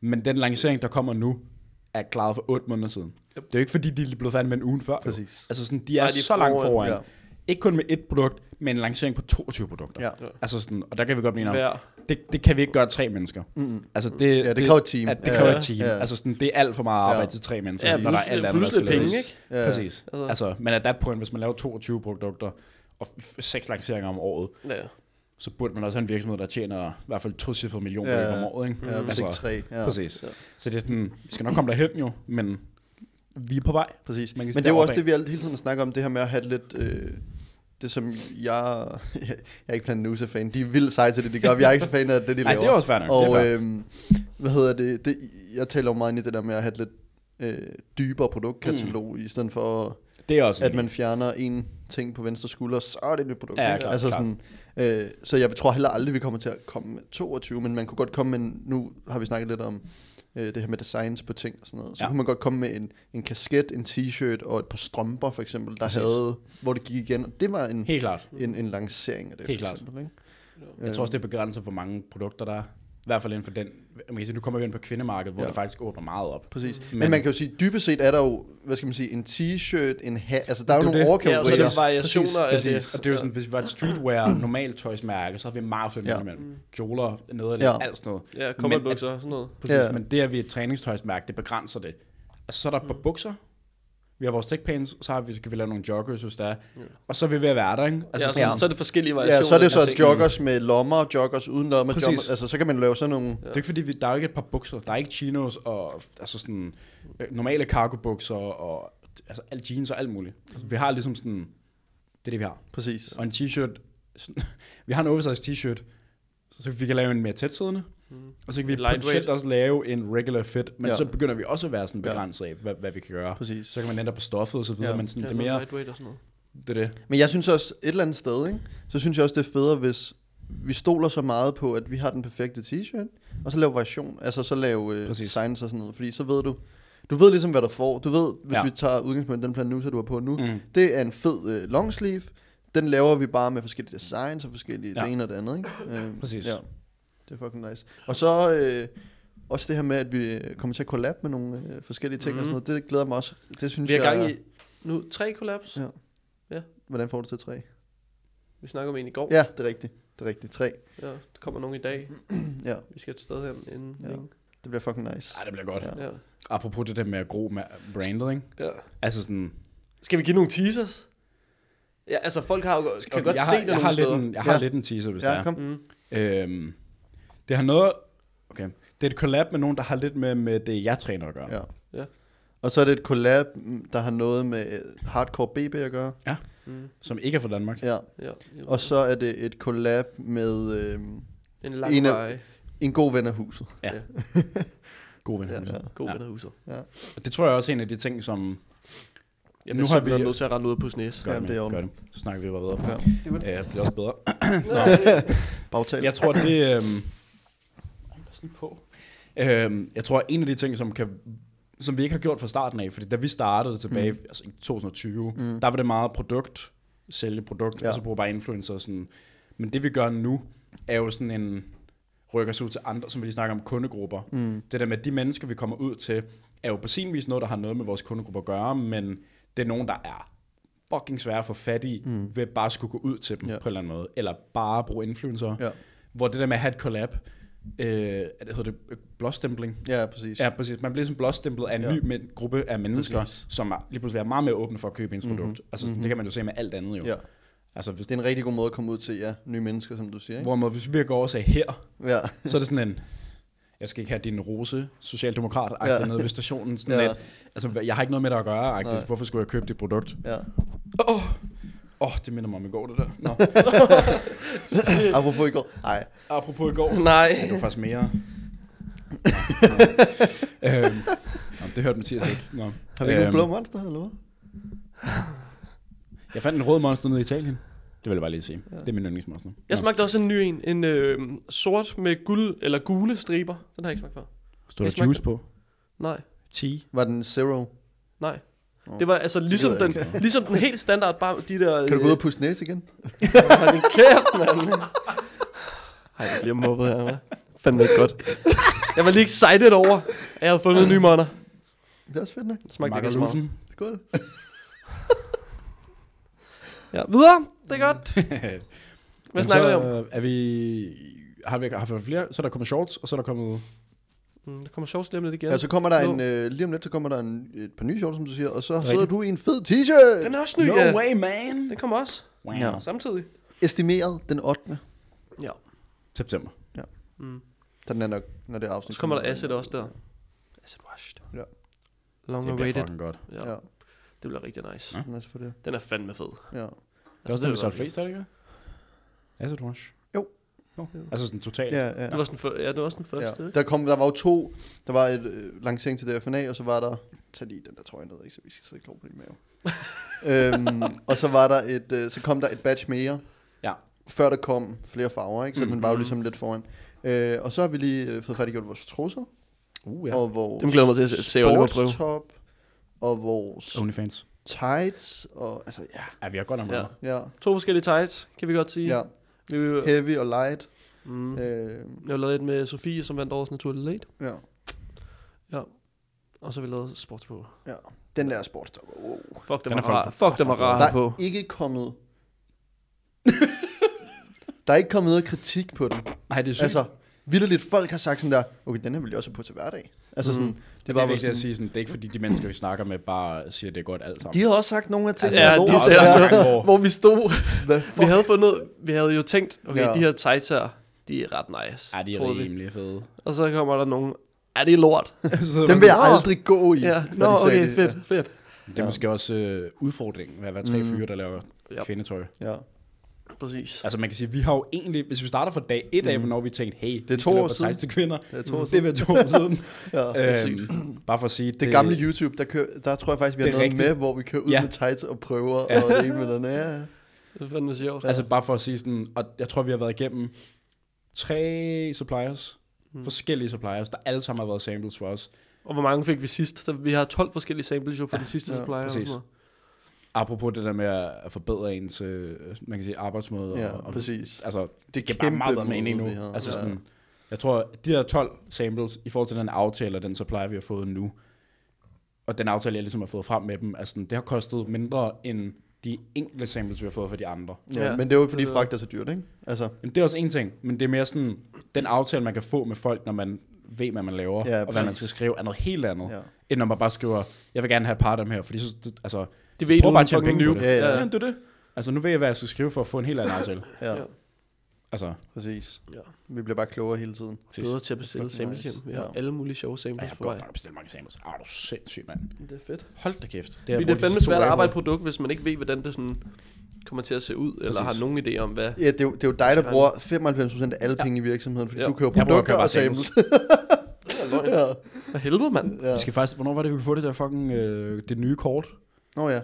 Speaker 2: Men den lancering, der kommer nu, er klaret for 8 måneder siden. Yep. Det er jo ikke, fordi de er blevet færdige med en uge før. jo.
Speaker 1: Præcis.
Speaker 2: Altså sådan, de er,
Speaker 3: Nej,
Speaker 2: de
Speaker 3: de
Speaker 2: er
Speaker 3: er
Speaker 2: så langt
Speaker 3: foran,
Speaker 2: foran. Ja.
Speaker 1: ja.
Speaker 2: Ikke kun med et produkt, men en lancering på 22 produkter.
Speaker 1: Ja.
Speaker 2: Altså sådan, og der kan vi godt blive enige om,
Speaker 3: Hver.
Speaker 2: det, det kan vi ikke gøre tre mennesker. Mm. Altså det,
Speaker 1: Ja, det kræver et team.
Speaker 2: At det
Speaker 1: Ja,
Speaker 2: kræver
Speaker 1: ja,
Speaker 2: et team.
Speaker 1: ja.
Speaker 2: Altså sådan, det er alt for meget arbejde
Speaker 1: Ja.
Speaker 2: til tre mennesker,
Speaker 3: Ja,
Speaker 2: når der er
Speaker 3: plus-
Speaker 2: alt andet,
Speaker 3: plus
Speaker 2: der skal
Speaker 3: lidt penge,
Speaker 2: laves.
Speaker 3: ikke?
Speaker 1: Ja.
Speaker 2: Præcis.
Speaker 3: Altså-
Speaker 2: Altså, men at that point, hvis man laver 22 produkter og f- seks lanceringer om året,
Speaker 3: Ja. så
Speaker 2: burde man også have en virksomhed, der tjener i hvert fald tocifrede millioner
Speaker 1: Ja,
Speaker 2: ja,
Speaker 1: ja.
Speaker 2: om året. Ikke? Altså,
Speaker 1: Ja, hvis ikke tre. Ja.
Speaker 2: Præcis. Så det er sådan, vi skal nok komme derhen jo, men vi er på vej.
Speaker 1: Præcis.
Speaker 2: Man kan
Speaker 1: Men
Speaker 2: sige,
Speaker 1: det er jo
Speaker 2: deroppe
Speaker 1: også
Speaker 2: af.
Speaker 1: det, vi alt- hele tiden snakker om, det her med at have lidt... Øh, det som jeg... (laughs) jeg er ikke blandt nusa fan De er vildt seje til det, de gør. Vi er ikke så fan af det, de
Speaker 2: Ej,
Speaker 1: laver.
Speaker 2: det er også fair nok. Det er
Speaker 1: Og
Speaker 2: fair.
Speaker 1: øhm, hvad hedder det? det? Jeg taler jo meget ind i det der med at have et lidt øh, dybere produktkatalog, mm. i stedet for at
Speaker 2: Det er også
Speaker 1: at
Speaker 2: en
Speaker 1: man fjerner en ting på venstre skulder, så er det et nyt produkt.
Speaker 2: Ja,
Speaker 1: ikke?
Speaker 2: klart,
Speaker 1: altså
Speaker 2: klart.
Speaker 1: Sådan, øh, så jeg tror heller aldrig, vi kommer til at komme med 22, men man kunne godt komme med, en- nu har vi snakket lidt om øh, det her med designs på ting og sådan noget, så
Speaker 2: Ja.
Speaker 1: ja. kunne man godt komme med en, en kasket, en t-shirt og et par strømper for eksempel, der
Speaker 2: Præcis.
Speaker 1: Præcis. havde, hvor det gik igen, og det var en,
Speaker 2: Helt klart.
Speaker 1: en, en lancering af det
Speaker 2: Helt
Speaker 1: for
Speaker 2: klart.
Speaker 1: eksempel. Ikke?
Speaker 2: Jeg tror også, det er begrænset, hvor mange produkter der er. I hvert fald inden for den. Man kan sige, nu kommer vi ind på kvindemarkedet, hvor ja.
Speaker 1: Ja.
Speaker 2: det faktisk åbner meget op.
Speaker 1: Præcis. Øh, Men,
Speaker 2: Men-
Speaker 1: men man kan jo sige, dybest set er der jo, hvad skal man sige, en t-shirt, en hat, altså der er jo
Speaker 2: Det er
Speaker 1: nogle
Speaker 2: det.
Speaker 3: Ja, og så er
Speaker 1: overkategorier.
Speaker 3: der variationer af
Speaker 1: Præcis,
Speaker 3: det.
Speaker 1: præcis.
Speaker 2: Og det er jo sådan, hvis vi var et streetwear, normalt tøjsmærke, så har vi meget flere
Speaker 1: Ja.
Speaker 2: ja. imellem. Kjoler, nederlæg, ja.
Speaker 1: Ja.
Speaker 2: alt sådan noget.
Speaker 3: Ja,
Speaker 2: Men
Speaker 3: kommer
Speaker 2: at-
Speaker 3: bukser og sådan noget.
Speaker 2: Præcis, ja.
Speaker 1: Ja.
Speaker 3: Mm.
Speaker 2: men det, at vi er et træningstøjsmærke, det begrænser det. Altså, så er der et par bukser, vi har vores techpans, så har vi, skal vi lave nogle joggers, hvis der er. Og så er vi ved at være der, ikke?
Speaker 3: Altså,
Speaker 2: Altså,
Speaker 3: ja,
Speaker 2: sådan-
Speaker 3: så,
Speaker 1: sådan-
Speaker 3: så er det forskellige variationer.
Speaker 1: Ja, så er det jo
Speaker 3: af
Speaker 1: så
Speaker 3: tingene.
Speaker 1: joggers med lommer, joggers uden lommer,
Speaker 2: Præcis.
Speaker 1: joggers, altså så kan man lave sådan nogle...
Speaker 2: Det er ikke fordi, vi, der er jo ikke et par bukser. Der er ikke chinos og altså sådan, øh, normale cargo-bukser og altså, alt jeans og alt muligt. Altså, vi har ligesom sådan, det er det, vi har.
Speaker 1: Præcis.
Speaker 2: Og en t-shirt. (laughs) sådan- vi har en oversized t-shirt, så vi kan lave en mere tætsiddende. Mm. Og så kan vi
Speaker 3: En lightweight.
Speaker 2: potentielt også lave en regular fit, men
Speaker 1: Ja.
Speaker 2: ja. så begynder vi også at være sådan
Speaker 1: Ja.
Speaker 2: begrænset af, hvad, hvad vi kan gøre.
Speaker 1: Præcis.
Speaker 2: Så kan man ændre på stoffet og så videre,
Speaker 1: Ja.
Speaker 2: ja. men sådan,
Speaker 3: Ja,
Speaker 2: det er mere,
Speaker 3: lightweight og sådan noget.
Speaker 2: det er det.
Speaker 1: Men jeg synes også, et eller andet sted, ikke? så synes jeg også, det er federe, hvis vi stoler så meget på, at vi har den perfekte t-shirt, og så lave variation, altså så lave øh,
Speaker 2: Præcis.
Speaker 1: designs og sådan noget, fordi så ved du, du ved ligesom, hvad du får. Du ved, hvis ja.
Speaker 2: Ja.
Speaker 1: vi tager udgangspunkt i den plan nu, så du har på nu, mm.
Speaker 2: Mm.
Speaker 1: det er en fed øh, longsleeve, den laver vi bare med forskellige designs og forskellige ja.
Speaker 2: Ja.
Speaker 1: det ene og det andet, ikke? Øh,
Speaker 2: Præcis.
Speaker 1: Ja. Det er fucking nice. Og så øh, også det her med, at vi øh, kommer til at collab med nogle øh, forskellige ting mm. og
Speaker 3: Mhm.
Speaker 1: sådan noget, det glæder mig også. Det synes
Speaker 3: Vi har
Speaker 1: jeg,
Speaker 3: gang i nu tre kollaps.
Speaker 1: Ja. hvordan får du til tre?
Speaker 3: Vi snakker om en i går.
Speaker 1: Ja, det er rigtigt. Det er rigtigt. Tre. (clears throat)
Speaker 3: Ja, der kommer nogen i dag.
Speaker 1: Ja.
Speaker 3: Vi skal et sted hen inden.
Speaker 1: Ja.
Speaker 3: Ja.
Speaker 1: Det bliver fucking nice.
Speaker 2: Ej, det bliver godt. Ja.
Speaker 1: Ja.
Speaker 3: Ja.
Speaker 2: Apropos det der med at gro med brandet, ikke?
Speaker 3: ja.
Speaker 2: Altså sådan,
Speaker 3: Skal vi give nogle teasers? Ja, altså folk har jo, kan
Speaker 2: okay,
Speaker 3: godt
Speaker 2: jeg,
Speaker 3: se
Speaker 2: har, jeg,
Speaker 3: det nogle
Speaker 2: har lidt
Speaker 3: steder.
Speaker 2: en, jeg har
Speaker 1: Ja.
Speaker 2: lidt en teaser, hvis det er.
Speaker 1: Ja, kom.
Speaker 3: Mm.
Speaker 2: Øhm, det har noget... Okay. Det er et collab med nogen, der har lidt med, med det, jeg træner at gøre.
Speaker 1: Ja.
Speaker 3: Ja.
Speaker 1: Og så er det et collab, mm, der har noget med øh, Hardcore BB at gøre.
Speaker 3: Mm.
Speaker 2: Som ikke er fra Danmark.
Speaker 1: Ja.
Speaker 3: Ja, jo.
Speaker 1: Og så er det et collab med øhm,
Speaker 3: en lang
Speaker 1: en af-
Speaker 3: vej.
Speaker 1: en god ven af huset.
Speaker 2: God ven.
Speaker 3: Ja,
Speaker 2: Ja.
Speaker 3: god
Speaker 2: Ja.
Speaker 3: ven af huset.
Speaker 2: Det tror jeg også er en af de ting, som...
Speaker 3: Jamen, nu har vi nødt til at rende ud på næse.
Speaker 2: Gør,
Speaker 1: Jamen,
Speaker 2: det,
Speaker 1: det er
Speaker 2: det,
Speaker 1: ordentligt.
Speaker 2: gør det. Så snakker vi bare videre.
Speaker 1: Ja.
Speaker 2: Ja. Øh, det er også bedre.
Speaker 1: Bagtale.
Speaker 2: Jeg tror, det... Øhm, pas lige på. Øhm, jeg tror, en af de ting, som kan som vi ikke har gjort fra starten af, fordi da vi startede tilbage mm. altså i 2020, mm. der var det meget produkt, sælge produkt,
Speaker 1: Ja.
Speaker 2: ja. og så bruge bare influencer og sådan. Men det vi gør nu, er jo sådan en, rykker sig ud til andre, som vi lige snakker om kundegrupper. Mm. Det der med, at de mennesker, vi kommer ud til, er jo på sin vis noget, der har noget med vores kundegrupper at gøre, men det er nogen, der er fucking svære at få fat i, mm. ved bare at skulle gå ud til dem
Speaker 1: Ja.
Speaker 2: ja. på en eller anden måde, eller bare bruge influencer.
Speaker 1: Ja.
Speaker 2: Hvor det der med at have et collab, øh, er det, hedder det øh, blåstempling,
Speaker 1: Ja, præcis.
Speaker 2: Ja, præcis. Man bliver sådan blåstemplet af en
Speaker 1: Ja.
Speaker 2: ja. ny men- gruppe af mennesker,
Speaker 1: Præcis.
Speaker 2: præcis. som er, lige pludselig er meget mere åbne for at købe ens produkt. Mm-hmm. Altså, sådan, mm-hmm. det kan man jo se med alt andet jo.
Speaker 1: Mhm. ja.
Speaker 2: Altså, hvis,
Speaker 1: Det er en rigtig god måde at komme ud til ja, nye mennesker, som du siger. Ikke?
Speaker 2: hvorimod, hvis vi bare går over og sagde her,
Speaker 1: Ja.
Speaker 2: så er det sådan en, jeg skal ikke have din rose, socialdemokrat
Speaker 1: Ja.
Speaker 2: ja. nede ved stationen. Sådan
Speaker 1: Ja.
Speaker 2: ja. altså, jeg har ikke noget med dig at gøre,
Speaker 1: Nej.
Speaker 2: agtigt. Hvorfor skulle jeg købe dit produkt?
Speaker 1: ja.
Speaker 2: Åh, oh, oh, det minder mig om i går, det der.
Speaker 1: (laughs)
Speaker 2: Nå,
Speaker 1: Apropos i går. Nej.
Speaker 2: apropos i går.
Speaker 3: Nej.
Speaker 2: Ja, det var faktisk
Speaker 1: (laughs)
Speaker 2: mere. Nå, nå. øhm, nå, det hørte Mathias ikke. Nå. Øhm,
Speaker 1: Har vi ikke
Speaker 3: Øhm.
Speaker 1: nogen blå monster, eller hvad?
Speaker 2: Jeg fandt en rød monster nede i Italien. Det vil jeg bare lige sige. Ja. Det er min yndlingsmonster.
Speaker 3: Jeg smagte også en ny en. En øh, sort med guld eller gule striber. Den har jeg ikke smagt før.
Speaker 2: Stod
Speaker 3: Jeg
Speaker 2: der
Speaker 3: smagte-
Speaker 2: juice på?
Speaker 3: Nej,
Speaker 2: Tea?
Speaker 1: Var den zero?
Speaker 3: nej.
Speaker 1: Nå.
Speaker 3: Det var altså ligesom
Speaker 1: ved jeg
Speaker 3: den, ligesom den helt standard, bare de der... øh,
Speaker 1: Kan du gå
Speaker 3: (laughs)
Speaker 1: ud og puste næse igen?
Speaker 3: Hold din kæft, mand. Ej, jeg bliver mobbet her, hva'? Fandme ikke godt. Jeg var lige excited over, at jeg havde fundet en ny måneder.
Speaker 1: Det er også fedt, ikke?
Speaker 3: Det smagte ikke så
Speaker 2: Magalufsen?
Speaker 3: meget.
Speaker 1: Det er godt.
Speaker 3: Ja, videre. Det er
Speaker 2: (laughs)
Speaker 3: godt. Hvad
Speaker 2: Jamen,
Speaker 3: snakker vi
Speaker 2: så,
Speaker 3: om?
Speaker 2: øh, Er vi... Har vi har vi flere? Så er der kommet shorts, og så er der kommet...
Speaker 3: Mm, der kommer sjovt lige om lidt igen.
Speaker 1: Ja, så kommer der en,
Speaker 3: Nå.
Speaker 1: øh, lige om lidt, så kommer der en, et par nye shorts, som du siger, og så
Speaker 2: Rigtigt.
Speaker 1: sidder du i en fed t-shirt.
Speaker 3: Den er også ny, ja.
Speaker 2: way, man!
Speaker 3: Den kommer også
Speaker 2: Wow.
Speaker 1: Ja.
Speaker 3: samtidig.
Speaker 1: Estimeret den 8.
Speaker 3: Ja.
Speaker 2: September.
Speaker 3: Mm.
Speaker 1: Den er nok, når det er afsnit.
Speaker 3: Så kommer der Acid også der. Acid Washed.
Speaker 1: Ja.
Speaker 3: Long
Speaker 2: Det bliver
Speaker 3: awaited.
Speaker 2: fucking godt.
Speaker 3: Ja.
Speaker 1: Ja,
Speaker 3: Det bliver rigtig nice.
Speaker 2: Ja.
Speaker 1: den er for det.
Speaker 3: Den er fandme fed.
Speaker 1: Ja.
Speaker 2: Det er også den, vi
Speaker 3: Altså,
Speaker 2: solgte flest, er det ikke? det? Acid Wash.
Speaker 1: Jo.
Speaker 2: jo. Altså sådan totalt.
Speaker 1: Ja, ja.
Speaker 3: Det var sådan, fir- ja, det var sådan første.
Speaker 1: ja.
Speaker 3: ikke?
Speaker 1: Der, kom, der var jo to. Der var et øh, lancering til DFNA, og så var der... Tag lige den der trøje ned, ikke, så vi skal sidde klog på din
Speaker 3: (laughs)
Speaker 1: mave. øhm, og så var der et, øh, så kom der et batch mere.
Speaker 2: Ja.
Speaker 1: Før der kom flere farver, ikke? Så den var
Speaker 3: Mm-hmm.
Speaker 1: jo ligesom lidt foran. Øh, og så har vi lige øh, fået færdiggjort vores trusser,
Speaker 2: Uh,
Speaker 1: ja. og vores
Speaker 3: Dem glæder jeg mig til at se- se Oliver prøve.
Speaker 1: sportstop, og vores
Speaker 2: Onlyfans.
Speaker 1: tights, og altså ja,
Speaker 2: Ja, vi har godt nok
Speaker 3: Ja.
Speaker 2: meget.
Speaker 1: ja,
Speaker 3: To forskellige tights, kan vi godt sige.
Speaker 1: ja.
Speaker 3: Vi, vi,
Speaker 1: heavy og light.
Speaker 3: mm.
Speaker 1: Øh,
Speaker 3: Jeg har lavet et med Sofie, som vandt årets naturlige late.
Speaker 1: ja.
Speaker 3: Og så har vi lavet sports på.
Speaker 1: Den der sportstop, wow.
Speaker 3: Fuck, den
Speaker 2: Den
Speaker 3: var
Speaker 2: er
Speaker 3: rar.
Speaker 2: fucking-
Speaker 3: Fuck, den var
Speaker 1: Der
Speaker 3: rar på.
Speaker 1: er ikke kommet... der er ikke kommet noget kritik på den.
Speaker 2: Nej, det er sygt.
Speaker 1: Altså, vildt folk har sagt sådan der, okay, den her vil jeg også have på til hverdag. Altså sådan, det er
Speaker 2: Mm. Det er
Speaker 1: bare
Speaker 2: vigtigt
Speaker 1: sådan,
Speaker 2: at sige sådan, det er ikke fordi de mennesker, vi snakker med, bare siger, at det er godt alt sammen.
Speaker 1: de har også sagt nogle af tingene.
Speaker 2: Altså, Ja,
Speaker 1: der er lort.
Speaker 2: de har sagde også også sagt-
Speaker 3: hvor,
Speaker 2: hvor-
Speaker 3: hvor vi stod.
Speaker 1: Hvad fuck?
Speaker 3: Vi havde fundet, vi havde jo tænkt, okay,
Speaker 1: Ja.
Speaker 3: de her tighter, de er ret nice.
Speaker 2: Ja, de
Speaker 3: troede vi.
Speaker 2: er rimelig fede.
Speaker 3: Og så kommer der nogen, er det er lort?
Speaker 1: Den vil jeg aldrig gå i.
Speaker 3: ja,
Speaker 1: når
Speaker 3: nå,
Speaker 1: de sagde
Speaker 3: okay,
Speaker 1: det.
Speaker 3: fedt, fedt.
Speaker 2: Det er måske også øh, udfordringen ved at være tre fyre, der laver
Speaker 3: Ja.
Speaker 2: kvindetøj.
Speaker 1: Ja.
Speaker 3: Præcis.
Speaker 2: Altså man kan sige, vi har jo egentlig, hvis vi starter fra dag et af, hvornår vi tænkte, hey, det
Speaker 1: Mm. to år siden.
Speaker 2: Til kvinder, det
Speaker 1: er to år
Speaker 2: Mm. Det er ved to år
Speaker 1: (laughs)
Speaker 2: siden.
Speaker 1: Ja.
Speaker 2: øhm, bare for at sige,
Speaker 1: Det gamle YouTube, der, kører, der tror jeg faktisk, vi har
Speaker 2: Det er
Speaker 1: noget
Speaker 2: rigtigt.
Speaker 1: med, hvor vi kører ud
Speaker 2: Ja.
Speaker 1: med tights og prøver, og det ene med den ja. ja.
Speaker 3: Det er fandme sjovt.
Speaker 2: Altså bare for at sige sådan, og jeg tror, vi har været igennem tre suppliers, mm. forskellige suppliers, der alle sammen har været samples for os.
Speaker 3: Og hvor mange fik vi sidst? Så vi har 12 forskellige samples jo for den sidste
Speaker 1: ja,
Speaker 3: supplier. og sådan
Speaker 2: præcis.
Speaker 3: noget.
Speaker 2: Apropos det der med at forbedre ens, øh, man kan sige, arbejdsmåde.
Speaker 1: Ja,
Speaker 2: og, og,
Speaker 1: præcis.
Speaker 2: Altså, det giver
Speaker 1: kæmpe
Speaker 2: bare meget bedre mening
Speaker 1: måde, vi har.
Speaker 2: nu. Altså
Speaker 1: Ja.
Speaker 2: sådan, jeg tror, de her 12 samples, i forhold til den aftale og den supply, vi har fået nu, og den aftale, jeg ligesom har fået frem med dem, altså, det har kostet mindre end de enkelte samples, vi har fået fra de andre.
Speaker 1: Ja,
Speaker 3: Ja.
Speaker 1: men det er jo ikke, fordi
Speaker 3: Det er-
Speaker 1: fragt er så dyrt, ikke? Altså,
Speaker 2: Jamen, det er også en ting, men det er mere sådan, den aftale, man kan få med folk, når man ved, hvad man laver,
Speaker 1: Ja,
Speaker 2: ja, og hvad man
Speaker 1: præcis.
Speaker 2: skal skrive, er noget helt andet,
Speaker 1: Ja.
Speaker 2: ja. end når man bare skriver, jeg vil gerne have et par af dem her, fordi så, det, altså,
Speaker 3: De ved,
Speaker 2: prøv
Speaker 3: nu
Speaker 2: bare
Speaker 3: er
Speaker 2: at tjene
Speaker 3: fucking
Speaker 2: penge på
Speaker 3: new.
Speaker 2: det.
Speaker 1: Ja,
Speaker 2: Ja,
Speaker 1: ja.
Speaker 2: ja. Jamen, det er det. Altså, nu ved jeg, hvad jeg skal skrive for at få en helt anden aftale.
Speaker 1: ja,
Speaker 3: Ja.
Speaker 1: ja.
Speaker 2: Altså,
Speaker 1: præcis.
Speaker 3: Ja.
Speaker 1: Vi bliver bare klogere hele tiden.
Speaker 3: Bedre til at bestille
Speaker 1: Fucking
Speaker 3: samples hjem.
Speaker 1: nice.
Speaker 3: Vi har
Speaker 1: Ja.
Speaker 3: alle mulige sjove
Speaker 2: jeg
Speaker 3: samples
Speaker 2: har
Speaker 3: på vej.
Speaker 2: godt nok bestilt mange samples. Ah, du er sindssyg, mand.
Speaker 3: Det er fedt.
Speaker 2: Hold da kæft. har
Speaker 3: Fordi
Speaker 2: jeg
Speaker 3: det er
Speaker 2: brugt de
Speaker 3: fandme
Speaker 2: sidste to
Speaker 3: svært at
Speaker 2: dage
Speaker 3: arbejde
Speaker 2: på.
Speaker 3: på et produkt, hvis man ikke ved, hvordan det sådan kommer til at se ud, eller
Speaker 2: Præcis.
Speaker 3: har nogen idé om, hvad...
Speaker 1: Ja, det er, jo, det er jo dig, der bruger 95% af alle penge i virksomheden, fordi
Speaker 3: Ja.
Speaker 1: ja. du køber
Speaker 2: Jeg bruger
Speaker 1: produkter
Speaker 2: bare
Speaker 1: og
Speaker 2: samples.
Speaker 1: samples. (laughs) ja.
Speaker 3: Hvad helvede, mand?
Speaker 1: Ja.
Speaker 2: Vi skal faktisk, hvornår var det, vi kunne få det der fucking, øh, det nye kort?
Speaker 1: Nå ja,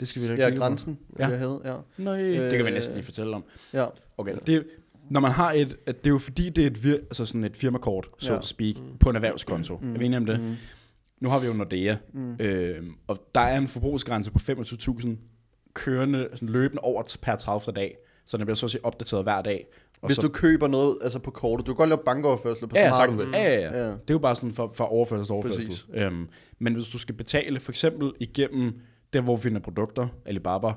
Speaker 2: Det skal vi da
Speaker 1: ja,
Speaker 2: kigge på.
Speaker 1: grænsen,
Speaker 2: Ja.
Speaker 1: ja. jeg havde. Ja.
Speaker 2: Nej, det kan vi
Speaker 1: Øh,
Speaker 2: næsten lige fortælle om.
Speaker 1: ja.
Speaker 2: Okay, det, når man har et, at det er jo fordi, det er et, vir, altså sådan et firmakort, så
Speaker 1: Ja.
Speaker 2: ja. to speak, mm. på en erhvervskonto. Mm. Er vi enige om det? Mm. Nu har vi jo Nordea, mm. øh, og der er en forbrugsgrænse på 25.000 kørende, sådan løbende over til- per 30. dag, så den bliver så at sige opdateret hver dag. Og
Speaker 1: Hvis
Speaker 2: så,
Speaker 1: du køber noget altså på kortet, du kan godt lave bankoverførsel på,
Speaker 2: ja,
Speaker 1: så har du
Speaker 2: sagtens.
Speaker 1: det.
Speaker 2: Ja, ja, ja.
Speaker 1: Ja.
Speaker 2: Det er jo bare sådan for, for overførsel til
Speaker 1: Præcis.
Speaker 2: overførsel. Øhm, men hvis du skal betale, for eksempel igennem der, hvor vi finder produkter, Alibaba,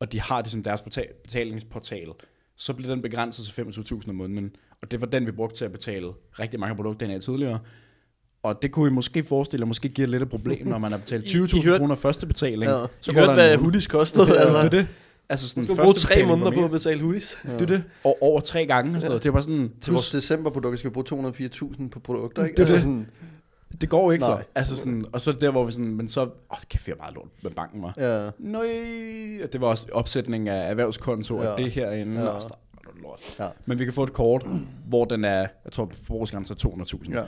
Speaker 2: og de har det som deres portal, betalingsportal, så bliver den begrænset til 25.000 om måneden. Og det var den, vi brugte til at betale rigtig mange produkter af tidligere. Og det kunne I måske forestille jer, måske giver lidt et problem, når man har betalt
Speaker 3: (laughs) I- I
Speaker 2: 20.000
Speaker 3: hørte-
Speaker 2: kroner første betaling.
Speaker 1: Ja.
Speaker 3: Så
Speaker 2: går
Speaker 3: hørte,
Speaker 2: der en
Speaker 3: hvad
Speaker 2: måned.
Speaker 3: hoodies kostede.
Speaker 2: (laughs) Ja,
Speaker 3: altså.
Speaker 2: det er det. Altså sådan
Speaker 3: Du skal
Speaker 2: første
Speaker 3: bruge tre
Speaker 2: betaling var
Speaker 3: måneder på
Speaker 2: mere.
Speaker 3: at betale hoodies.
Speaker 2: Det er det. Og over tre gange og sådan noget. Det var sådan...
Speaker 1: Til vores decemberprodukter skal vi bruge 204.000 på produkter, ikke? Altså,
Speaker 2: Det er det.
Speaker 1: sådan,
Speaker 2: Det går jo ikke
Speaker 1: Nej.
Speaker 2: så. Altså sådan, og så er det der, hvor vi sådan, men så, åh, kæft, jeg er bare lort, med banken var. Ja.
Speaker 1: ja.
Speaker 2: Nøj, og det var også opsætning af erhvervskonto, ja.
Speaker 1: Ja.
Speaker 2: og det herinde,
Speaker 1: Ja.
Speaker 2: ja. og så, åh, det er lort.
Speaker 1: Ja.
Speaker 2: Men vi kan få et kort, hvor den er, jeg tror, forbrugsgrænsen er 200.000.
Speaker 1: Ja.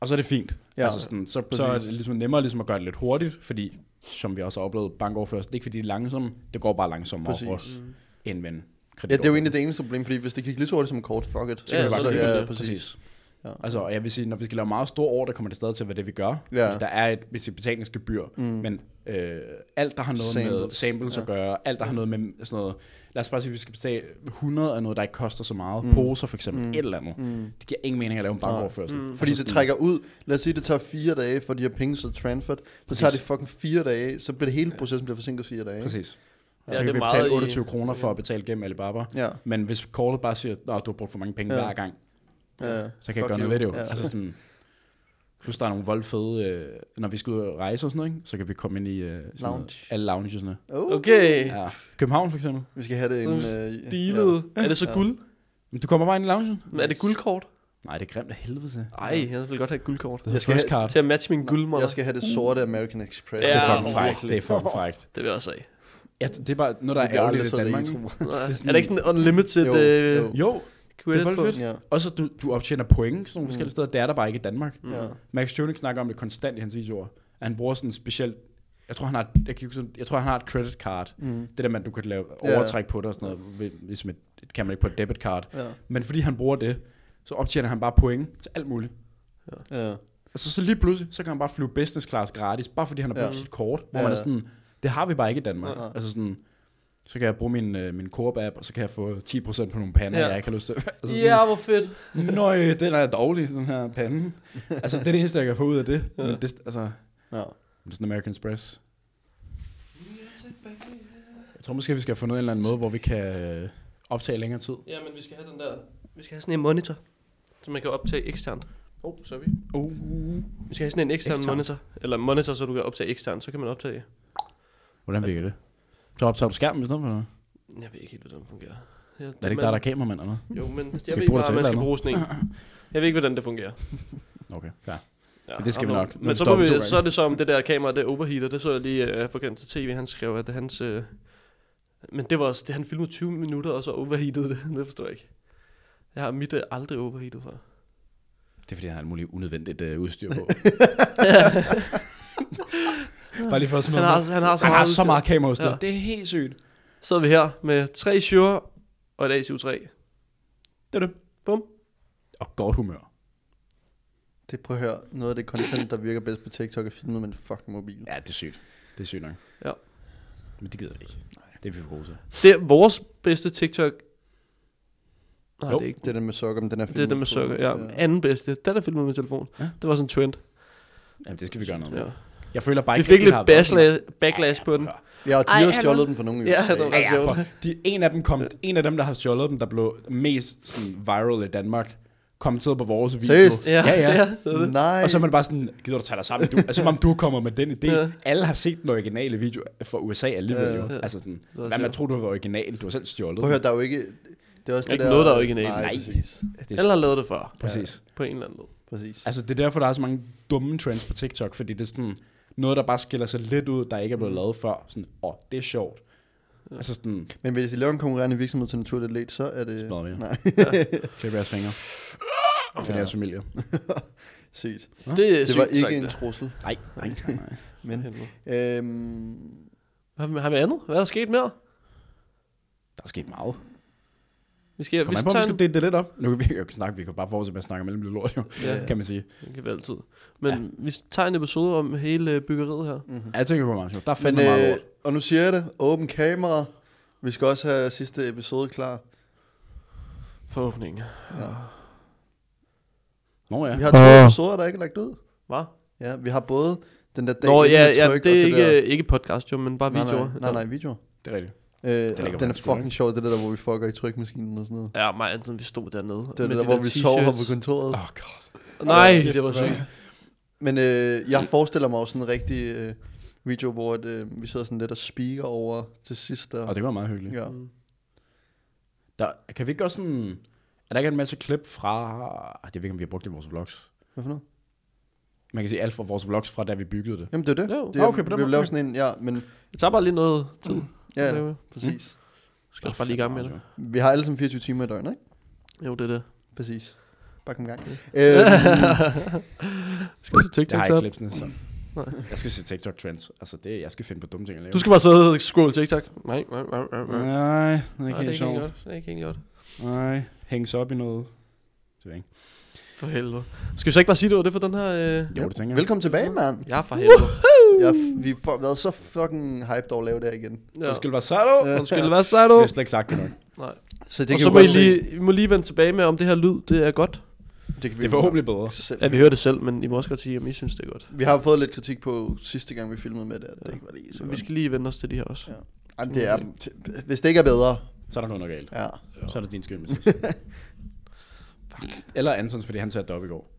Speaker 2: Og så er det fint.
Speaker 1: Ja.
Speaker 2: Ja. Altså sådan, så, så er det ligesom nemmere ligesom at gøre det lidt hurtigt, fordi, som vi også har oplevet, bankoverførsel, det er ikke fordi, det er langsomt, det går bare langsommere for
Speaker 1: Præcis. Mm.
Speaker 2: os, end med en
Speaker 1: Ja, det er jo egentlig det eneste problem, fordi hvis det gik lige så hurtigt som kort, fuck it.
Speaker 3: kan det bare
Speaker 1: så,
Speaker 3: købe
Speaker 1: ja,
Speaker 3: det.
Speaker 1: præcis.
Speaker 2: Præcis.
Speaker 1: Ja.
Speaker 2: Ja. Altså, og jeg vil sige, når vi skal lave meget store ordre, kommer det stadig til at være det, vi gør.
Speaker 1: Ja.
Speaker 2: Fordi der er et, hvis et betalingsgebyr, mm. men øh, alt, der har noget samples. med
Speaker 1: Samples.
Speaker 2: samples ja. at gøre, alt, der har noget med sådan noget, lad os bare sige, at vi skal betale 100 af noget, der ikke koster så meget, mm. poser for eksempel, mm. et eller andet. Mm. Det giver ingen mening at lave en bankoverførsel. Mm.
Speaker 1: Fordi det trækker ud. Lad os sige, det tager fire dage, for de her penge så transferred. Så tager det fucking fire dage, så bliver det hele processen bliver forsinket fire dage. ikke?
Speaker 2: Præcis.
Speaker 3: Ja,
Speaker 2: Ja, så
Speaker 3: det er
Speaker 2: kan vi
Speaker 3: meget
Speaker 2: betale
Speaker 3: i-
Speaker 2: 28 i... kroner for at betale gennem Alibaba.
Speaker 1: Ja.
Speaker 2: Men hvis kortet bare siger, at du har brugt for mange penge
Speaker 1: Ja.
Speaker 2: ja. hver gang,
Speaker 1: Ja.
Speaker 2: så kan jeg
Speaker 1: Fuck
Speaker 2: gøre
Speaker 1: you.
Speaker 2: noget ved det jo.
Speaker 1: Ja.
Speaker 2: Ja. Altså sådan, plus der er nogle voldfede, øh, når vi skal ud og rejse og sådan noget, ikke? så kan vi komme ind i øh, sådan
Speaker 1: Lounge.
Speaker 2: Noget, alle loungesne.
Speaker 1: Oh.
Speaker 3: Okay.
Speaker 2: Ja. København for eksempel.
Speaker 1: Vi skal have det en...
Speaker 3: Sådan
Speaker 1: øh,
Speaker 3: Dealet. Er det så guld?
Speaker 2: Men du kommer bare ind i loungen?
Speaker 3: Er det guldkort?
Speaker 2: Nej, det er grimt af helvede til. Det
Speaker 3: Ej, jeg vil godt have et guldkort.
Speaker 2: hedder
Speaker 1: skal
Speaker 2: First
Speaker 1: have-
Speaker 2: Card.
Speaker 3: Til at matche min
Speaker 1: Ja.
Speaker 3: guldmål.
Speaker 1: Jeg skal have det sorte American Express.
Speaker 3: Ja,
Speaker 2: Det er fucking
Speaker 3: Ja,
Speaker 2: frækt. Det er fucking frækt.
Speaker 3: Det vil jeg også have.
Speaker 2: Ja, (laughs) det er bare noget, der er ærgerligt i Danmark. ikke?
Speaker 3: Nej.
Speaker 2: sådan-
Speaker 3: Er det ikke sådan en unlimited
Speaker 1: Jo,
Speaker 3: øh,
Speaker 1: jo.
Speaker 2: Jo, det
Speaker 3: credit
Speaker 2: er
Speaker 3: på?
Speaker 2: fucking fedt.
Speaker 1: Ja.
Speaker 2: Og så du, du optjener point sådan nogle forskellige steder. Det er der bare ikke i Danmark.
Speaker 3: Mm.
Speaker 1: Ja.
Speaker 2: Max Schoenig snakker om det konstant i hans videoer. At han bruger sådan en speciel... Jeg tror, han har, et- jeg, kan ikke huske- jeg tror, han har et credit card. Mm. Det der med, at du kan lave
Speaker 1: Ja.
Speaker 2: overtræk på det og sådan noget. ved- Ligesom et, det kan man ikke på et debit card.
Speaker 1: Ja.
Speaker 2: Men fordi han bruger det, så optjener han bare point til alt muligt.
Speaker 1: Ja.
Speaker 2: Altså så lige pludselig, så kan han bare flyve business class gratis, bare fordi han har brugt
Speaker 1: Ja.
Speaker 2: ja. sit kort, hvor
Speaker 1: Ja,
Speaker 2: ja. man er
Speaker 1: ja.
Speaker 2: sådan, det har vi bare ikke i Danmark.
Speaker 1: Nej.
Speaker 2: Altså sådan, så kan jeg bruge min, øh, min Coop-app, og så kan jeg få 10% på nogle pander,
Speaker 3: Ja.
Speaker 2: ja. jeg ikke har lyst til. (laughs) altså
Speaker 3: Ja, hvor fedt.
Speaker 2: sådan, Nøj, den er dårlig, den her pande. altså det er det eneste, jeg kan få ud af det. Ja. Men det, altså,
Speaker 1: Ja.
Speaker 2: det er sådan American Express. Jeg tror måske, vi skal få noget en eller anden måde, hvor vi kan øh, optage længere tid.
Speaker 3: Ja, men vi skal have den der... Vi skal have sådan en monitor. som man kan optage eksternt. Åh, oh, så er vi.
Speaker 2: Uh.
Speaker 3: Vi skal have sådan en ekstern,
Speaker 2: Ekstern.
Speaker 3: ekstern. monitor, eller monitor, så du kan optage ekstern, så kan man optage.
Speaker 2: Hvordan virker det? Så optager du skærmen i stedet for noget?
Speaker 3: Jeg ved ikke helt, hvordan det fungerer. Jeg,
Speaker 2: Er det ikke der, der er kameramand eller noget?
Speaker 3: Jo, men
Speaker 2: vi
Speaker 3: jeg ved
Speaker 2: bruge det til
Speaker 3: ikke, bare, at man
Speaker 2: et
Speaker 3: skal
Speaker 2: eller
Speaker 3: bruge sådan en.
Speaker 2: (laughs)
Speaker 3: Jeg ved ikke, hvordan det fungerer.
Speaker 2: Okay, klar.
Speaker 3: Ja,
Speaker 2: Men det skal vi
Speaker 3: og
Speaker 2: nok,
Speaker 3: nu-
Speaker 2: når
Speaker 3: Men
Speaker 2: vi
Speaker 3: så, må
Speaker 2: stopper to
Speaker 3: vi,
Speaker 2: gange.
Speaker 3: så er det så om det der kamera, det overheater. Det så jeg lige uh, forkendt til tv. Han skrev, at hans... Uh, men det var også, det, han filmede 20 minutter, og så overheatede det. (laughs) Det forstår jeg ikke. Jeg har mit uh, aldrig overheatet før.
Speaker 2: Det er fordi, han har alt muligt unødvendigt øh, udstyr (laughs) på. Bare lige for at smide
Speaker 3: Han har, altså-
Speaker 2: det.
Speaker 3: han har så
Speaker 2: han
Speaker 3: meget
Speaker 2: har så
Speaker 3: udstyr.
Speaker 2: meget kameraudstyr.
Speaker 3: Ja.
Speaker 2: Det er helt sygt.
Speaker 3: Så er vi her med tre Shure og et A73.
Speaker 2: Det er det.
Speaker 3: Bum.
Speaker 2: Og godt humør.
Speaker 1: Det prøver at høre, noget af det content, der virker bedst på TikTok, er filmet med en fucking mobil.
Speaker 2: Ja, det er sygt. Det er sygt nok.
Speaker 3: Ja.
Speaker 2: Men det gider vi ikke. Det er vi for gode til.
Speaker 3: Det er vores bedste TikTok. Nej,
Speaker 2: Jo.
Speaker 3: det er ikke.
Speaker 1: Det er den med sokker, men den er filmet
Speaker 3: Det er den med
Speaker 1: på-
Speaker 3: sukker, ja. Anden bedste. Den er filmet med telefon.
Speaker 2: Ja.
Speaker 3: Ja. Det var sådan en trend.
Speaker 2: Jamen, det skal vi gøre noget med.
Speaker 3: Ja.
Speaker 2: Ja. Jeg føler bare
Speaker 3: Vi
Speaker 2: ikke,
Speaker 3: fik
Speaker 2: rigtig,
Speaker 3: lidt
Speaker 2: har været
Speaker 3: backlash, backlash på den.
Speaker 1: Ja, og
Speaker 3: Ej,
Speaker 1: de har
Speaker 3: hallo.
Speaker 1: stjålet den fra nogen. jo.
Speaker 3: Ja, det var
Speaker 2: Ja,
Speaker 3: ret
Speaker 2: ja,
Speaker 3: sjovt.
Speaker 2: prøv. de, en af dem kom, en af dem, der har stjålet dem, der blev mest sådan, viral i Danmark, kommenteret på vores video.
Speaker 1: Seriøst?
Speaker 2: Ja, ja.
Speaker 3: (laughs)
Speaker 2: ja.
Speaker 3: det er det.
Speaker 1: Nej.
Speaker 2: Og så er man bare sådan, gider du tage dig sammen?
Speaker 1: (laughs)
Speaker 2: Du, altså, som om du kommer med den idé.
Speaker 3: Ja.
Speaker 2: Alle har set den originale video fra USA alligevel jo. Altså sådan,
Speaker 3: var
Speaker 2: hvad man
Speaker 3: sjovt.
Speaker 2: tror, du var original, du har selv stjålet.
Speaker 1: Prøv at høre, der er jo ikke... Det er også
Speaker 3: Der er
Speaker 1: det
Speaker 3: ikke noget, der er originalt.
Speaker 1: Nej,
Speaker 2: Nej.
Speaker 1: præcis.
Speaker 2: den. det er,
Speaker 3: Eller har lavet det før.
Speaker 2: præcis.
Speaker 3: På en eller anden måde.
Speaker 1: præcis.
Speaker 2: Altså, det er derfor, der er så mange dumme trends på TikTok, fordi det er sådan noget, der bare skiller sig lidt ud, der ikke er blevet
Speaker 1: Mm.
Speaker 2: lavet før. Sådan, åh, det er sjovt. Altså sådan,
Speaker 1: Men hvis I laver en konkurrerende virksomhed til Naturligt Atlet, så er det...
Speaker 2: Smadrer vi.
Speaker 1: Nej,
Speaker 2: klip jeres
Speaker 1: (laughs)
Speaker 2: fingre. For
Speaker 1: Ja.
Speaker 2: deres familie.
Speaker 1: sygt.
Speaker 3: Det er
Speaker 1: Det var ikke en trussel.
Speaker 2: Nej, nej, nej, nej.
Speaker 1: Men, øhm,
Speaker 3: Har vi- har vi andet? Hvad er der sket mere?
Speaker 2: Der er sket meget.
Speaker 3: Vi skal,
Speaker 2: Kom
Speaker 3: vi
Speaker 2: an
Speaker 3: skal
Speaker 2: på, om vi
Speaker 3: tage
Speaker 2: skal
Speaker 3: en...
Speaker 2: dele det lidt op. Nu kan vi jo ikke snakke, vi kan bare fortsætte med at snakke mellem det lort, jo,
Speaker 3: Ja.
Speaker 2: kan man sige.
Speaker 3: Det kan vi altid. Men vi tager en episode om hele øh, byggeriet her.
Speaker 1: mhm.
Speaker 2: Ja, Jeg tænker på meget sjovt. Der er
Speaker 1: men
Speaker 2: fandme meget
Speaker 1: øh,
Speaker 2: lort.
Speaker 1: og nu siger jeg det. Åben kamera. Vi skal også have sidste episode klar.
Speaker 3: Forhåbningen.
Speaker 2: Nå ja.
Speaker 1: Vi har to episoder, der er ikke lagt ud.
Speaker 3: Hva?
Speaker 1: Ja, vi har både den der dag,
Speaker 3: Nå,
Speaker 1: inden
Speaker 3: ja,
Speaker 1: man
Speaker 3: ja,
Speaker 1: trykker,
Speaker 3: det er
Speaker 1: og
Speaker 3: ikke,
Speaker 2: øh,
Speaker 1: der-
Speaker 3: ikke podcast jo, men bare
Speaker 1: nej,
Speaker 3: videoer.
Speaker 1: Nej, nej, nej, videoer.
Speaker 2: Det er rigtigt.
Speaker 1: Øh,
Speaker 2: ligger på
Speaker 1: den er
Speaker 2: hans skulder,
Speaker 1: fucking sjov, det der, der, hvor vi fucker i trykmaskinen og sådan noget.
Speaker 3: Ja, mig og Anton, vi stod dernede.
Speaker 1: Det er
Speaker 3: med
Speaker 1: det der,
Speaker 3: de
Speaker 1: hvor vi sover her på
Speaker 3: t-shirts.
Speaker 1: kontoret.
Speaker 2: Åh, oh, god.
Speaker 3: Nej,
Speaker 2: Kæft,
Speaker 3: det var
Speaker 2: hvor er
Speaker 3: sygt.
Speaker 1: Men øh, jeg forestiller mig også sådan en rigtig øh, video, hvor at, øh, vi sidder sådan lidt og speaker over til sidst. Der.
Speaker 2: Og det var meget hyggeligt.
Speaker 1: ja.
Speaker 2: Der, kan vi ikke gøre sådan... Er der ikke en masse klip fra... Ah, Jeg ved ikke, om vi har brugt det i vores vlogs.
Speaker 1: Hvad for noget?
Speaker 2: Man kan se alt fra vores vlogs fra, da vi byggede det.
Speaker 1: Jamen det er det.
Speaker 3: Jo.
Speaker 1: det
Speaker 2: Ah, okay, på den
Speaker 1: vi vil
Speaker 2: måde.
Speaker 1: lave sådan en, ja, men
Speaker 3: Det tager bare lige noget tid.
Speaker 1: Mm. ja,
Speaker 3: Det er
Speaker 1: ja
Speaker 3: jo-
Speaker 1: præcis.
Speaker 3: Skal også bare lige i gang med det.
Speaker 2: Mm.
Speaker 1: Vi har alle sammen 24 timer i døgnet, ikke?
Speaker 3: Jo, det
Speaker 1: (laughs)
Speaker 3: er det.
Speaker 1: Præcis. Bare kom i (laughs) gang. Øhm,
Speaker 3: Skal vi se
Speaker 2: Jeg
Speaker 3: TikTok
Speaker 2: har
Speaker 3: til
Speaker 2: ikke klipsene, så...
Speaker 3: Nej.
Speaker 2: Jeg skal se TikTok trends. Altså, det, jeg skal finde på dumme ting at lave.
Speaker 3: Du skal bare sidde og scrolle TikTok. Nej, nej, nej, nej.
Speaker 2: Nej,
Speaker 3: nej.
Speaker 2: det er
Speaker 3: Nej,
Speaker 2: ikke
Speaker 3: det er
Speaker 2: helt
Speaker 3: ikke helt
Speaker 2: sjovt.
Speaker 3: godt. Det er ikke helt godt.
Speaker 2: Nej, hænges op i noget. Det ved jeg ikke.
Speaker 3: For helvede. Skal vi så ikke bare sige, det var det for den her... Øh...
Speaker 2: Jo, det tænker jeg.
Speaker 1: Øhm, velkommen tilbage, mand.
Speaker 3: Ja, for helvede.
Speaker 1: Jeg, vi har været så fucking hyped over at lave det her igen.
Speaker 3: Ja.
Speaker 2: Undskyld, hvad sagde du?
Speaker 3: Undskyld, hvad sagde du?
Speaker 2: Jeg har slet ikke sagt det nok.
Speaker 3: Nej.
Speaker 1: Så det kan
Speaker 3: Og så
Speaker 1: vi
Speaker 3: må I,
Speaker 1: godt se.
Speaker 3: lige, I må lige vende tilbage med, om det her lyd, det er godt.
Speaker 1: Det, kan vi
Speaker 2: Det er forhåbentlig bedre.
Speaker 1: Selv.
Speaker 3: Ja, vi hører det selv, men I må også godt sige, om I synes, det er godt.
Speaker 1: Vi har fået lidt kritik på sidste gang, vi filmede med det, at det
Speaker 3: Ja.
Speaker 1: ikke var lige så
Speaker 3: Så vi
Speaker 1: godt.
Speaker 3: skal lige vende os til de her også.
Speaker 1: Ja. Ej, men det er, hvis det ikke er bedre,
Speaker 2: Så er der noget noget galt.
Speaker 1: ja.
Speaker 2: Så er det din skyld, (laughs) Mathis. Eller Antons, fordi han satte det op i går.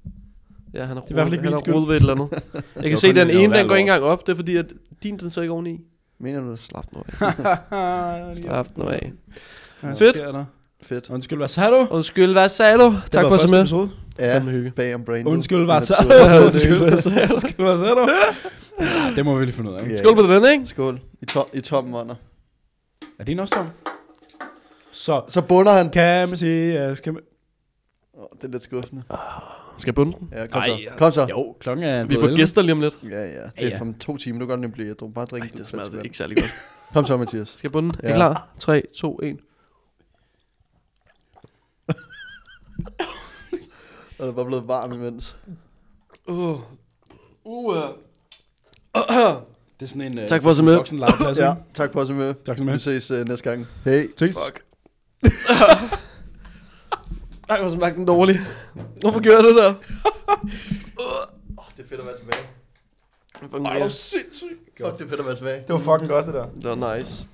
Speaker 3: Ja, han har
Speaker 2: i hvert fald ikke min skyld.
Speaker 3: rodet ved et eller (laughs) andet. Jeg kan
Speaker 2: var
Speaker 3: se,
Speaker 2: kun
Speaker 3: den
Speaker 2: lige noget
Speaker 3: ene, den
Speaker 2: værd
Speaker 3: går
Speaker 2: lort.
Speaker 3: ikke engang op. Det er fordi, at din, den så ikke oveni.
Speaker 1: Mener du det?
Speaker 3: Slap nu af. (laughs) Slap nu af.
Speaker 2: Fedt.
Speaker 3: Fedt.
Speaker 1: Fedt.
Speaker 2: Undskyld, hvad sagde du?
Speaker 3: Undskyld, hvad sagde du? Tak for at se med.
Speaker 1: Ja,
Speaker 3: Fandme hygge.
Speaker 1: bag om brandet.
Speaker 2: Undskyld, hvad
Speaker 1: Men
Speaker 2: sagde
Speaker 3: (laughs)
Speaker 2: du?
Speaker 1: naturligt.
Speaker 2: Undskyld, hvad sagde du? Undskyld, hvad sagde du? Ja, Det må vi lige finde ud af.
Speaker 1: Ja.
Speaker 2: ikke?
Speaker 3: Skål på den, ikke?
Speaker 1: Skål. I, to, i tom måneder.
Speaker 2: Er det en også tom? Så
Speaker 1: Så bunder han.
Speaker 2: kan man sige... øh, Skal man...
Speaker 1: Oh, det er lidt skuffende.
Speaker 3: Skal jeg bunde den?
Speaker 1: Ja, kom
Speaker 2: Ej,
Speaker 1: så.
Speaker 2: ja.
Speaker 1: Kom så.
Speaker 2: Jo, klokken er...
Speaker 3: Vi får gæster lige om lidt.
Speaker 1: Ja, ja. Det
Speaker 2: Ja,
Speaker 1: er
Speaker 2: ja.
Speaker 1: om to timer. Du kan godt nemlig blive. Jeg drog bare drik.
Speaker 3: Ej,
Speaker 1: lidt
Speaker 3: det smager
Speaker 1: frisk
Speaker 3: ikke særlig godt.
Speaker 1: vand. Kom så, Mathias.
Speaker 3: Skal jeg bunde den? Er I
Speaker 1: Ja.
Speaker 3: klar? 3, 2, 1.
Speaker 1: Og det er bare blevet varm imens.
Speaker 3: Uh. Uh.
Speaker 2: Det er sådan en... øh,
Speaker 3: Tak for at se med.
Speaker 2: Voksen legeplads,
Speaker 1: Ja,
Speaker 2: ikke?
Speaker 1: tak for at se med.
Speaker 2: Tak skal du
Speaker 1: Vi
Speaker 2: have.
Speaker 1: ses uh, næste gang. Hej.
Speaker 2: Ses.
Speaker 3: Fuck. Ej, hvor smagte den dårlig. Hvorfor gjorde jeg det der?
Speaker 1: Det er fedt at være tilbage.
Speaker 3: Ej, hvor
Speaker 1: Fuck, det er fedt at være tilbage.
Speaker 2: Det var fucking godt, det der.
Speaker 3: Det var nice.